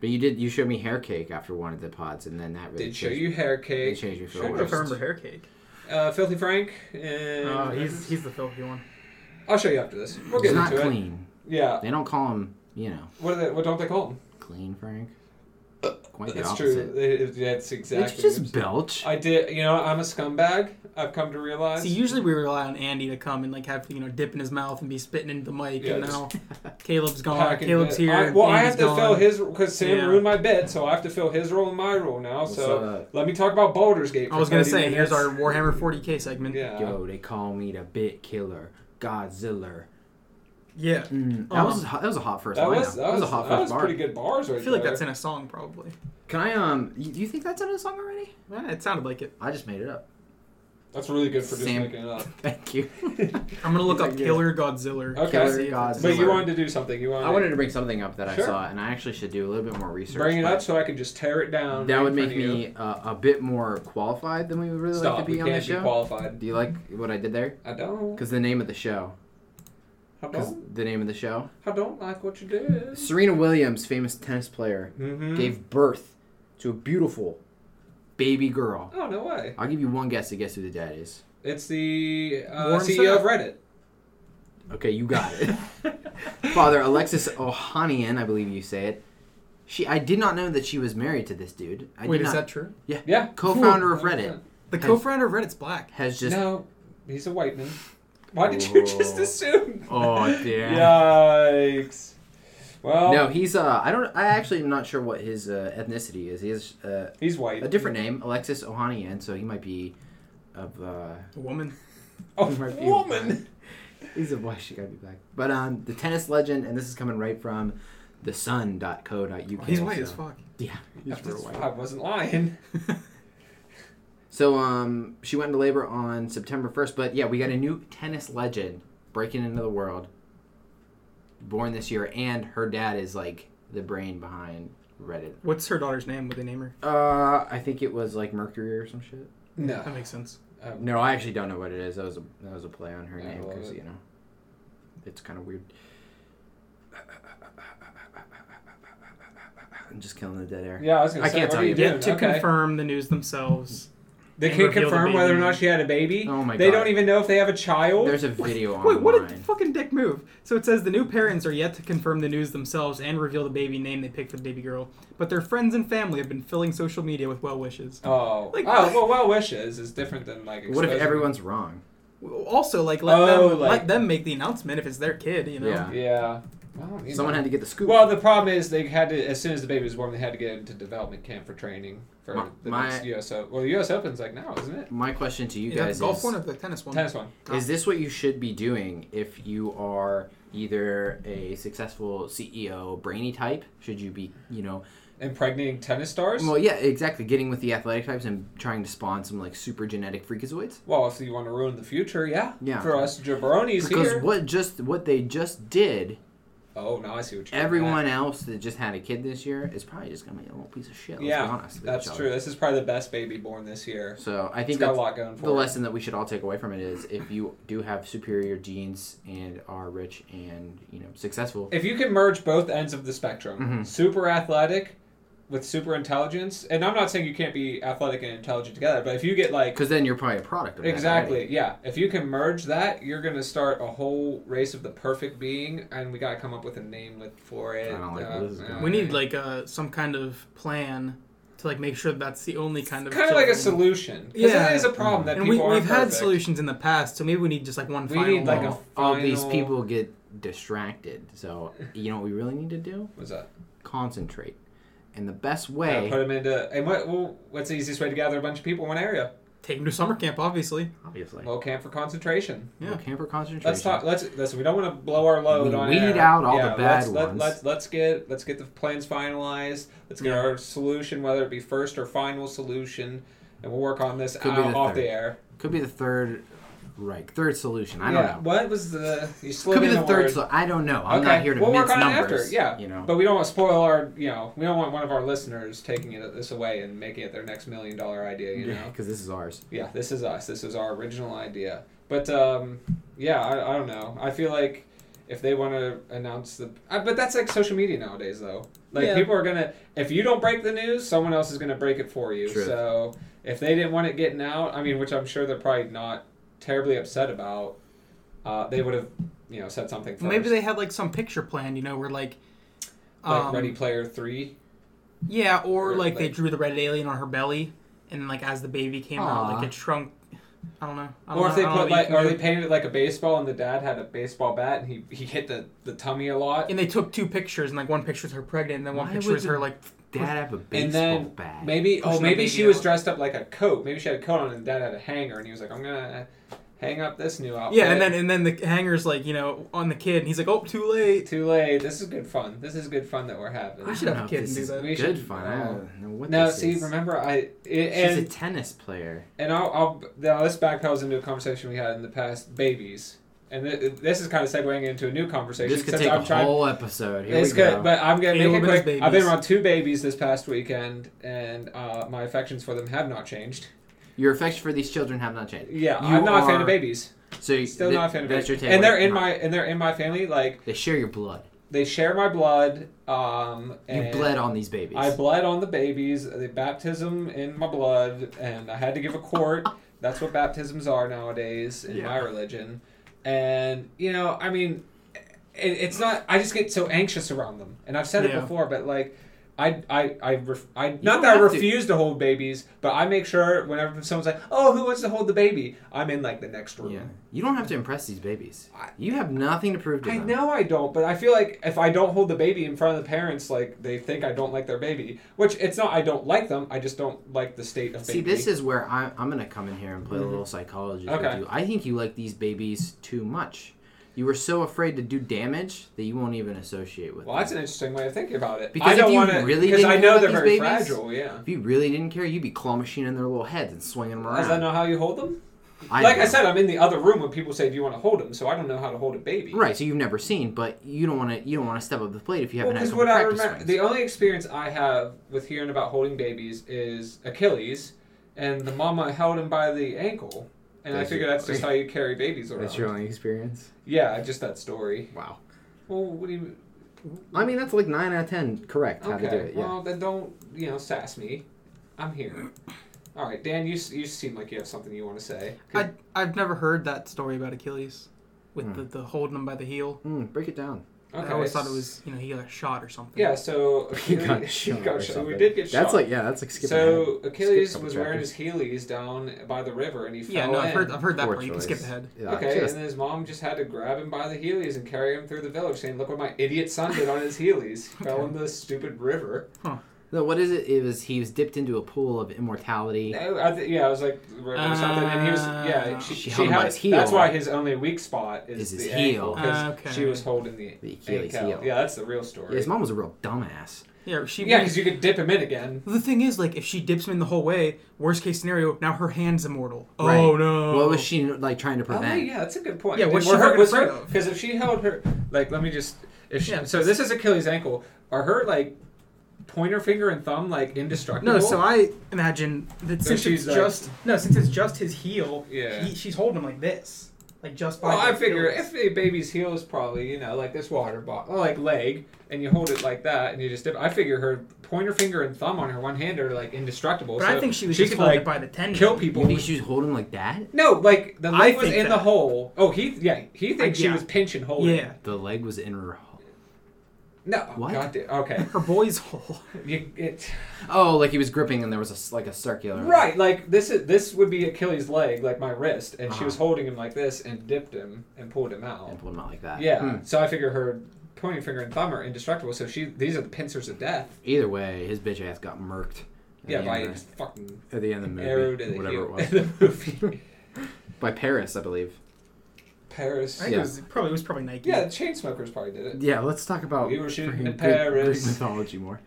Speaker 1: But you did. You showed me hair cake after one of the pods, and then that really
Speaker 2: Did show
Speaker 1: changed-
Speaker 2: you hair
Speaker 1: It
Speaker 2: cake.
Speaker 1: changed your
Speaker 2: Sure.
Speaker 3: I wonder if I
Speaker 1: focus.
Speaker 3: remember hair cake.
Speaker 2: Uh, Filthy Frank. And
Speaker 3: Oh, he's he's the filthy one.
Speaker 2: I'll show you after this. We'll
Speaker 1: It's
Speaker 2: get
Speaker 1: not
Speaker 2: into it.
Speaker 1: clean.
Speaker 2: Yeah.
Speaker 1: They don't call him. You know,
Speaker 2: What, are they, what don't they call them?
Speaker 1: clean Frank. Quite the
Speaker 2: it's
Speaker 1: opposite.
Speaker 2: true. It- it- that's
Speaker 1: Did
Speaker 2: exactly.
Speaker 1: you
Speaker 2: what I'm
Speaker 1: just
Speaker 2: saying.
Speaker 1: belch?
Speaker 2: I did. You know, I'm a scumbag. I've come to realize.
Speaker 3: See, usually we rely on Andy to come and like have you know dip in his mouth and be spitting into the mic,
Speaker 2: Yeah,
Speaker 3: and now Caleb's gone,
Speaker 2: Packing
Speaker 3: Caleb's
Speaker 2: it.
Speaker 3: here.
Speaker 2: I, well, I
Speaker 3: Andy's
Speaker 2: have to
Speaker 3: gone.
Speaker 2: fill his because Sam
Speaker 3: Yeah.
Speaker 2: ruined my bit, so I have to fill his role and my role now.
Speaker 1: What's
Speaker 2: so
Speaker 1: up?
Speaker 2: let me talk about Baldur's Gate.
Speaker 3: I
Speaker 2: for
Speaker 3: was gonna
Speaker 2: 30
Speaker 3: say, here's
Speaker 2: minutes.
Speaker 3: our Warhammer 40k segment.
Speaker 2: Yeah.
Speaker 1: Yo, they call me the bit killer, Godzilla.
Speaker 3: Yeah.
Speaker 1: Mm, that
Speaker 3: Uh-huh.
Speaker 1: was that was a hot first
Speaker 2: That
Speaker 1: lineup.
Speaker 2: was that was,
Speaker 1: a hot
Speaker 2: that
Speaker 1: first
Speaker 2: was
Speaker 1: bar.
Speaker 2: pretty good bars right
Speaker 3: I feel like
Speaker 2: there.
Speaker 3: that's in a song probably.
Speaker 1: Can I um? You, you think that's in a song already?
Speaker 3: Yeah, it sounded like it.
Speaker 1: I just made it up.
Speaker 2: That's really good for just
Speaker 1: Sam-
Speaker 2: making it up.
Speaker 1: Thank you.
Speaker 3: I'm gonna look
Speaker 1: He's
Speaker 3: up
Speaker 1: like, yeah.
Speaker 3: Killer Godzilla.
Speaker 2: Okay.
Speaker 3: Killer
Speaker 1: Killer Godzilla.
Speaker 2: But you
Speaker 1: Similar.
Speaker 2: wanted to do something. You wanted.
Speaker 1: I wanted to bring something up that
Speaker 2: Sure.
Speaker 1: I saw, and I actually should do a little bit more research.
Speaker 2: bring it
Speaker 1: but
Speaker 2: up so I could just tear it down.
Speaker 1: That
Speaker 2: right
Speaker 1: would
Speaker 2: in
Speaker 1: make
Speaker 2: front of you.
Speaker 1: me uh, a bit more qualified than we would really
Speaker 2: stop.
Speaker 1: like to
Speaker 2: we
Speaker 1: be on
Speaker 2: can't
Speaker 1: the
Speaker 2: be
Speaker 1: show.
Speaker 2: qualified.
Speaker 1: Do you like what I did there?
Speaker 2: I don't.
Speaker 1: Because the name of the show.
Speaker 2: I
Speaker 1: Because
Speaker 2: don't.
Speaker 1: the name of the show.
Speaker 2: I don't like what you did.
Speaker 1: Serena Williams, famous tennis player,
Speaker 2: Mm-hmm.
Speaker 1: gave birth to a beautiful baby girl.
Speaker 2: Oh no way!
Speaker 1: I'll give you one guess to guess who the dad is.
Speaker 2: It's the uh,
Speaker 3: Warren
Speaker 2: CEO of
Speaker 3: Sapp.
Speaker 2: Reddit.
Speaker 1: Okay, you got it. Father Alexis Ohanian, I believe you say it. She, I did not know that she was married to this dude. I
Speaker 3: Wait,
Speaker 1: did
Speaker 3: is
Speaker 1: not,
Speaker 3: that true?
Speaker 2: Yeah.
Speaker 1: co-founder of Reddit
Speaker 3: The
Speaker 1: Has-
Speaker 3: co-founder of Reddit's black.
Speaker 1: has just.
Speaker 2: no, he's a white man. Why did you just
Speaker 1: Whoa.
Speaker 2: assume?
Speaker 1: Oh damn.
Speaker 2: Yikes. Well,
Speaker 3: Oh.
Speaker 1: No, he's uh. I don't. I actually am not sure what his uh, ethnicity is. He has uh,
Speaker 2: he's white.
Speaker 1: a different name, Alexis Ohanian, so he might be of. Uh,
Speaker 3: A woman.
Speaker 2: oh,
Speaker 1: he might be
Speaker 2: woman.
Speaker 1: he's a boy. She gotta be black. But um, the tennis legend, and this is coming right from thesun.co.uk.
Speaker 3: Wow, Oh, he's white
Speaker 1: so-
Speaker 3: as fuck.
Speaker 1: Yeah, he's real white.
Speaker 2: I wasn't lying.
Speaker 1: So um, she went into labor on September 1st, but yeah, we got a new tennis legend breaking into the world, born this year, and her dad is like the brain behind Reddit.
Speaker 3: What's her daughter's name? Would they name her?
Speaker 1: Uh, I think it was like Mercury or some shit.
Speaker 2: No. Um,
Speaker 3: That makes sense.
Speaker 1: No, I actually don't know what it is. That was a that was a play on her
Speaker 2: I
Speaker 1: name
Speaker 2: love
Speaker 1: because
Speaker 2: it.
Speaker 1: you know, it's kind of weird. I'm just killing the dead air.
Speaker 2: Yeah, I was gonna
Speaker 1: I
Speaker 2: say.
Speaker 1: can't
Speaker 2: what
Speaker 1: tell
Speaker 2: are
Speaker 1: you.
Speaker 2: you
Speaker 3: Yet
Speaker 2: doing?
Speaker 3: to
Speaker 2: okay.
Speaker 3: confirm the news themselves.
Speaker 2: They
Speaker 3: and
Speaker 2: can't
Speaker 3: reveal the
Speaker 2: confirm whether or
Speaker 3: baby.
Speaker 2: not she had a baby.
Speaker 1: Oh my
Speaker 2: they
Speaker 1: God.
Speaker 2: don't even know if they have a child.
Speaker 1: There's a video on.
Speaker 3: Wait,
Speaker 1: online.
Speaker 3: what a fucking dick move. So it says the new parents are yet to confirm the news themselves and reveal the baby name they picked for the baby girl, but their friends and family have been filling social media with well wishes.
Speaker 2: Oh.
Speaker 3: Like-
Speaker 2: oh, well, well wishes is different than like.
Speaker 1: What if
Speaker 2: exposing-
Speaker 1: everyone's wrong?
Speaker 3: Also, like let
Speaker 2: Oh,
Speaker 3: them
Speaker 2: like-
Speaker 3: let them make the announcement if it's their kid, you know.
Speaker 1: Yeah.
Speaker 2: Yeah. Well, you
Speaker 1: Someone
Speaker 2: know.
Speaker 1: had to get the scoop.
Speaker 2: Well, the problem is they had to as soon as the baby was born, they had to get into development camp for training for
Speaker 1: My-
Speaker 2: the
Speaker 1: my-
Speaker 2: next U.S. Open. Well, the U.S. Open's like now, isn't it?
Speaker 1: My question to you
Speaker 3: You have
Speaker 1: guys
Speaker 3: the golf
Speaker 1: is:
Speaker 3: one or the tennis one?
Speaker 2: Tennis one.
Speaker 1: Is this what you should be doing if you are either a successful CEO, brainy type? Should you be, you know,
Speaker 2: Impregnating tennis stars. Well,
Speaker 1: well, yeah, exactly, getting with the athletic types and trying to spawn some like super genetic freakazoids?
Speaker 2: if you want to ruin the future, yeah.
Speaker 1: Yeah.
Speaker 2: For us jabronis
Speaker 1: because
Speaker 2: here.
Speaker 1: what just what they just did,
Speaker 2: Oh, now I see what you're.
Speaker 1: everyone
Speaker 2: At.
Speaker 1: else that just had a kid this year is probably just gonna be a little piece of shit. Let's be
Speaker 2: Yeah,
Speaker 1: honest with each
Speaker 2: that's
Speaker 1: other.
Speaker 2: true. This is probably the best baby born this year.
Speaker 1: So I
Speaker 2: It's
Speaker 1: think
Speaker 2: got a
Speaker 1: that's
Speaker 2: lot going for
Speaker 1: the
Speaker 2: it.
Speaker 1: lesson that we should all take away from it is if you do have superior genes and are rich and you know successful,
Speaker 2: if you can merge both ends of the spectrum,
Speaker 1: Mhm.
Speaker 2: super athletic with super intelligence, and I'm not saying you can't be athletic and intelligent together, but if you get like
Speaker 1: because then you're probably a product of that, right?
Speaker 2: exactly, yeah, if you can merge that, you're gonna start a whole race of the perfect being, and we gotta come up with a name with for it.
Speaker 1: I don't like
Speaker 2: uh,
Speaker 1: where this is going.
Speaker 3: We need like uh, some kind of plan to like make sure that's the only kind of
Speaker 2: kind of like a
Speaker 3: children.
Speaker 2: solution. Yeah,
Speaker 3: Yeah.
Speaker 2: it is a problem that
Speaker 3: And we,
Speaker 2: people
Speaker 3: we've
Speaker 2: aren't
Speaker 3: had
Speaker 2: perfect.
Speaker 3: solutions in the past, so maybe we need just like one
Speaker 2: We
Speaker 3: final
Speaker 2: need, like, a
Speaker 3: one.
Speaker 1: all these
Speaker 2: final-
Speaker 1: people get distracted. So you know what we really need to do?
Speaker 2: What's that?
Speaker 1: Concentrate. And the best
Speaker 2: Yeah,
Speaker 1: way,
Speaker 2: put them into and what? Well, what's the easiest way to gather a bunch of people in one area?
Speaker 3: take them to summer camp, obviously.
Speaker 1: obviously,
Speaker 2: Low camp for concentration.
Speaker 1: yeah.
Speaker 3: yeah.
Speaker 1: camper concentration.
Speaker 2: Let's talk. Let's listen. We don't want to blow our load
Speaker 1: We
Speaker 2: on.
Speaker 1: weed
Speaker 2: air.
Speaker 1: out all the
Speaker 2: yeah,
Speaker 1: bad
Speaker 2: let's, let-
Speaker 1: ones.
Speaker 2: Let's let's get let's get the plans finalized. Let's get
Speaker 3: Yeah.
Speaker 2: our solution, whether it be first or final solution, and we'll work on this
Speaker 1: Could be
Speaker 2: out,
Speaker 1: the
Speaker 2: off
Speaker 1: third.
Speaker 2: the air.
Speaker 1: Could be the third, right? Third solution. I don't
Speaker 2: Yeah,
Speaker 1: know.
Speaker 2: What was the? You slid
Speaker 1: Could be
Speaker 2: in
Speaker 1: the third.
Speaker 2: word.
Speaker 1: So I don't know. I'm not
Speaker 2: Okay,
Speaker 1: here to
Speaker 2: we'll work
Speaker 1: mince
Speaker 2: on it
Speaker 1: numbers.
Speaker 2: after, yeah.
Speaker 1: you know.
Speaker 2: But we don't want to spoil our. You know, we don't want one of our listeners taking it this away and making it their next million dollar idea. You know.
Speaker 1: because this is ours.
Speaker 2: yeah, this is us. This is our original idea. But um, yeah, I, I don't know. I feel like if they want to announce the, I, but that's like social media nowadays, though. Like
Speaker 3: Yeah.
Speaker 2: people are gonna, if you don't break the news, someone else is gonna break it for you.
Speaker 1: True.
Speaker 2: So if they didn't want it getting out, I mean, which I'm sure they're probably not terribly upset about, uh, they would have, you know, said something first.
Speaker 3: Maybe they had like some picture plan, you know, where like,
Speaker 2: like
Speaker 3: um,
Speaker 2: Ready Player Three.
Speaker 3: yeah, or,
Speaker 2: or,
Speaker 3: like, they
Speaker 2: like-
Speaker 3: drew the red alien on her belly, and like as the baby came out,
Speaker 1: Aw.
Speaker 3: like it shrunk. I don't know. I don't
Speaker 2: Or if
Speaker 3: know-
Speaker 2: they
Speaker 3: I don't know
Speaker 2: put
Speaker 3: what you
Speaker 2: like,
Speaker 3: can
Speaker 2: or
Speaker 3: do.
Speaker 2: they painted it like a baseball, and the dad had a baseball bat, and he, he hit the, the tummy a lot.
Speaker 3: and they took two pictures, and like one picture's her pregnant, and then one
Speaker 1: Why
Speaker 3: picture
Speaker 1: would
Speaker 3: is her
Speaker 1: the-
Speaker 3: like.
Speaker 1: Dad have a
Speaker 2: and
Speaker 1: baseball
Speaker 2: then
Speaker 1: bat.
Speaker 2: maybe oh
Speaker 3: Pushing the
Speaker 2: maybe
Speaker 3: baby
Speaker 2: she was
Speaker 3: out.
Speaker 2: dressed up like a coat. Maybe she had a coat on and dad had a hanger and he was like, I'm gonna hang up this new outfit.
Speaker 3: Yeah, and then and then the hanger's like you know on the kid, and he's like, oh, too late.
Speaker 2: too late. This is good fun. This is good fun that we're having.
Speaker 1: I
Speaker 3: should
Speaker 1: don't
Speaker 3: have
Speaker 1: know
Speaker 3: a
Speaker 1: if
Speaker 3: kid
Speaker 1: this
Speaker 3: do
Speaker 1: is
Speaker 3: that.
Speaker 2: We
Speaker 1: Good
Speaker 2: should-
Speaker 1: fun. I
Speaker 2: no.
Speaker 1: don't know what
Speaker 2: No,
Speaker 1: this
Speaker 2: see,
Speaker 1: is.
Speaker 2: remember I it,
Speaker 1: She's a
Speaker 2: and
Speaker 1: tennis player.
Speaker 2: and I'll, I'll now this backpedals into a conversation we had in the past, babies, and th- this is kind of segueing into a new conversation.
Speaker 1: This could
Speaker 2: since
Speaker 1: take
Speaker 2: I'm
Speaker 1: a
Speaker 2: trying-
Speaker 1: whole episode. Here
Speaker 2: It's
Speaker 1: we go.
Speaker 2: good, but I'm gonna
Speaker 3: Hey,
Speaker 2: make
Speaker 3: Orban's
Speaker 2: it quick. I've been
Speaker 3: babies.
Speaker 2: around two babies this past weekend, and uh, my affections for them have not changed.
Speaker 1: Your affection for these children have not changed.
Speaker 2: Yeah,
Speaker 1: You
Speaker 2: I'm not a fan
Speaker 1: are-
Speaker 2: of babies.
Speaker 1: So you-
Speaker 2: Still
Speaker 1: th-
Speaker 2: not a fan of
Speaker 1: that's your
Speaker 2: babies.
Speaker 1: takeaway.
Speaker 2: And they're in
Speaker 1: Not-
Speaker 2: my and they're in my family. Like
Speaker 1: They share your blood.
Speaker 2: they share my blood. Um,
Speaker 1: You
Speaker 2: and
Speaker 1: bled on these babies.
Speaker 2: I bled on the babies. uh, The baptism in my blood, and I had to give a quart. That's what baptisms are nowadays in
Speaker 1: Yeah.
Speaker 2: my religion. and you know, I mean, it, it's not. I just get so anxious around them, and I've said
Speaker 3: Yeah.
Speaker 2: it before, but like. I, I, I, ref, I
Speaker 1: don't
Speaker 2: not that I
Speaker 1: have to.
Speaker 2: refuse to. hold babies, but I make sure whenever someone's like, "Oh, who wants to hold the baby?" I'm in like the next room.
Speaker 1: Yeah. You don't have to impress these babies.
Speaker 2: I-
Speaker 1: You have nothing to prove to
Speaker 2: I
Speaker 1: them.
Speaker 2: know I don't, but I feel like if I don't hold the baby in front of the parents, like they think I don't like their baby. Which it's not. I don't like them. I just don't like the state of baby. Mm-hmm.
Speaker 1: See, this is where I, I'm going to come in here and play a little psychologist with
Speaker 2: Okay.
Speaker 1: you. I think you like these babies too much. You were so afraid to do damage that you won't even associate with
Speaker 2: well,
Speaker 1: them.
Speaker 2: that's an interesting way of thinking about it.
Speaker 1: Because
Speaker 2: I
Speaker 1: if
Speaker 2: don't
Speaker 1: you
Speaker 2: wanna,
Speaker 1: really
Speaker 2: because
Speaker 1: didn't
Speaker 2: I
Speaker 1: care
Speaker 2: know
Speaker 1: about
Speaker 2: they're
Speaker 1: these
Speaker 2: very
Speaker 1: babies,
Speaker 2: fragile. Yeah.
Speaker 1: If you really didn't care, you'd be claw machining their little heads and swinging them around.
Speaker 2: Is that not how you hold them?
Speaker 1: I
Speaker 2: like
Speaker 1: know.
Speaker 2: I said, I'm in the other room when people say, "Do you want to hold him?" So I don't know how to hold a baby.
Speaker 1: right? So you've never seen, but you don't want to. You don't want to step up the plate if you
Speaker 2: Well,
Speaker 1: haven't had some
Speaker 2: because what I
Speaker 1: practice.
Speaker 2: remember,
Speaker 1: swings.
Speaker 2: the only experience I have with hearing about holding babies is Achilles, and the mama held him by the ankle, and
Speaker 1: That's
Speaker 2: I figure
Speaker 1: your-
Speaker 2: that's just how you carry babies around.
Speaker 1: only experience.
Speaker 2: Yeah, just that story.
Speaker 1: Wow.
Speaker 2: Well, what do you?
Speaker 1: I mean, that's like nine out of ten correct how
Speaker 2: Okay.
Speaker 1: to do it. Yeah.
Speaker 2: Well, then don't you know sass me. I'm here. All right, Dan. You s- you seem like you have something you want to say.
Speaker 3: I, I've never heard that story about Achilles with
Speaker 1: Hmm.
Speaker 3: the, the holding him by the heel.
Speaker 1: Mm, break it down.
Speaker 3: I always thought it was, you know, he got shot or something.
Speaker 2: Yeah. So Achilles- he got
Speaker 1: or
Speaker 2: shot. We
Speaker 1: something.
Speaker 2: did get shot.
Speaker 1: That's like yeah, that's like skipping.
Speaker 2: so
Speaker 1: ahead. Skip
Speaker 2: Achilles
Speaker 1: a couple
Speaker 2: was wearing
Speaker 1: chapters.
Speaker 2: his Heelys down by the river, and he fell
Speaker 3: Yeah, no,
Speaker 2: in.
Speaker 3: I've heard, I've heard that
Speaker 1: Poor
Speaker 3: part. You can
Speaker 1: choice.
Speaker 3: skip ahead.
Speaker 1: Yeah,
Speaker 2: Okay,
Speaker 1: just-
Speaker 2: and then his mom just had to grab him by the Heelys and carry him through the village, saying, "Look what my idiot son did on his Heelys. Fell in the stupid river."
Speaker 1: no, what is it? It was he was dipped into a pool of immortality.
Speaker 2: No, I th- yeah, I was like river or something, and he was
Speaker 1: Ah,
Speaker 2: yeah. She,
Speaker 1: She
Speaker 2: she
Speaker 1: held him by
Speaker 2: had,
Speaker 1: his heel.
Speaker 2: That's why his only weak spot is,
Speaker 1: Is his
Speaker 2: the
Speaker 1: heel. Ah,
Speaker 2: because
Speaker 3: Okay.
Speaker 2: she was holding the,
Speaker 1: The Achilles
Speaker 2: ankle.
Speaker 1: heel.
Speaker 2: Yeah, that's the real
Speaker 1: Yeah,
Speaker 2: story.
Speaker 1: his mom was a real dumbass.
Speaker 3: Yeah, she.
Speaker 2: Yeah, because you could dip him in again.
Speaker 3: the thing is, like, if she dips him in the whole way, worst case scenario, now her hand's immortal.
Speaker 1: Right.
Speaker 3: Oh no!
Speaker 1: What was she like trying to
Speaker 2: Oh,
Speaker 1: prevent?
Speaker 2: yeah, that's a good point.
Speaker 3: Yeah,
Speaker 2: And
Speaker 3: what's she
Speaker 2: were her,
Speaker 3: fucking
Speaker 2: was her
Speaker 3: afraid of?
Speaker 2: because if she held her like, let me just. If she,
Speaker 3: Yeah.
Speaker 2: So this is Achilles' ankle. Are her like pointer finger and thumb like indestructible?
Speaker 3: No, so I imagine that
Speaker 2: So
Speaker 3: since it's
Speaker 2: she's, like-
Speaker 3: just no, since it's just his heel,
Speaker 2: Yeah.
Speaker 3: he, she's holding him like this, like just by.
Speaker 2: Well, I
Speaker 3: the
Speaker 2: figure
Speaker 3: heels.
Speaker 2: if a baby's heel is probably, you know, like this water bottle, or like leg, and you hold it like that, and you just dip. I figure her pointer finger and thumb on her one hand are like indestructible.
Speaker 3: but
Speaker 2: so
Speaker 3: I think she was just
Speaker 2: could
Speaker 3: holding
Speaker 2: like
Speaker 3: it by the tendon.
Speaker 2: kill
Speaker 1: You
Speaker 2: people.
Speaker 1: think she was holding like that?
Speaker 2: No, like the
Speaker 3: I
Speaker 2: leg was
Speaker 3: think
Speaker 2: in
Speaker 3: that-
Speaker 2: the hole. Oh, he yeah, he thinks she
Speaker 3: yeah.
Speaker 2: was pinching holding.
Speaker 3: Yeah,
Speaker 1: The leg was in her.
Speaker 2: No,
Speaker 1: What?
Speaker 2: God damn- okay.
Speaker 3: her boy's hole.
Speaker 2: You, it,
Speaker 1: Oh, like he was gripping and there was a s like a circular.
Speaker 2: right, like this is this would be Achilles' leg, like my wrist, and she
Speaker 1: Uh-huh.
Speaker 2: was holding him like this and dipped him and pulled him out.
Speaker 1: And pulled him out like that.
Speaker 2: Yeah,
Speaker 1: Hmm.
Speaker 2: so I figure her pointing finger and thumb are indestructible. So she these are the pincers of death.
Speaker 1: Either way, his bitch ass got murked. at
Speaker 2: Yeah,
Speaker 1: the
Speaker 2: by
Speaker 1: end
Speaker 2: his
Speaker 1: of
Speaker 2: fucking
Speaker 1: the- at the end of the movie,
Speaker 2: arrow to the
Speaker 1: whatever
Speaker 2: heel
Speaker 1: it was,
Speaker 2: in the movie.
Speaker 1: by Paris, I believe.
Speaker 3: I
Speaker 2: Paris.
Speaker 3: think
Speaker 1: Yeah.
Speaker 3: it was probably it was probably Nike.
Speaker 2: Yeah, the Chainsmokers probably did it.
Speaker 1: Yeah, let's talk about
Speaker 2: We were shooting
Speaker 1: freaking
Speaker 2: in
Speaker 1: Greek-
Speaker 2: Paris.
Speaker 1: Greek mythology more.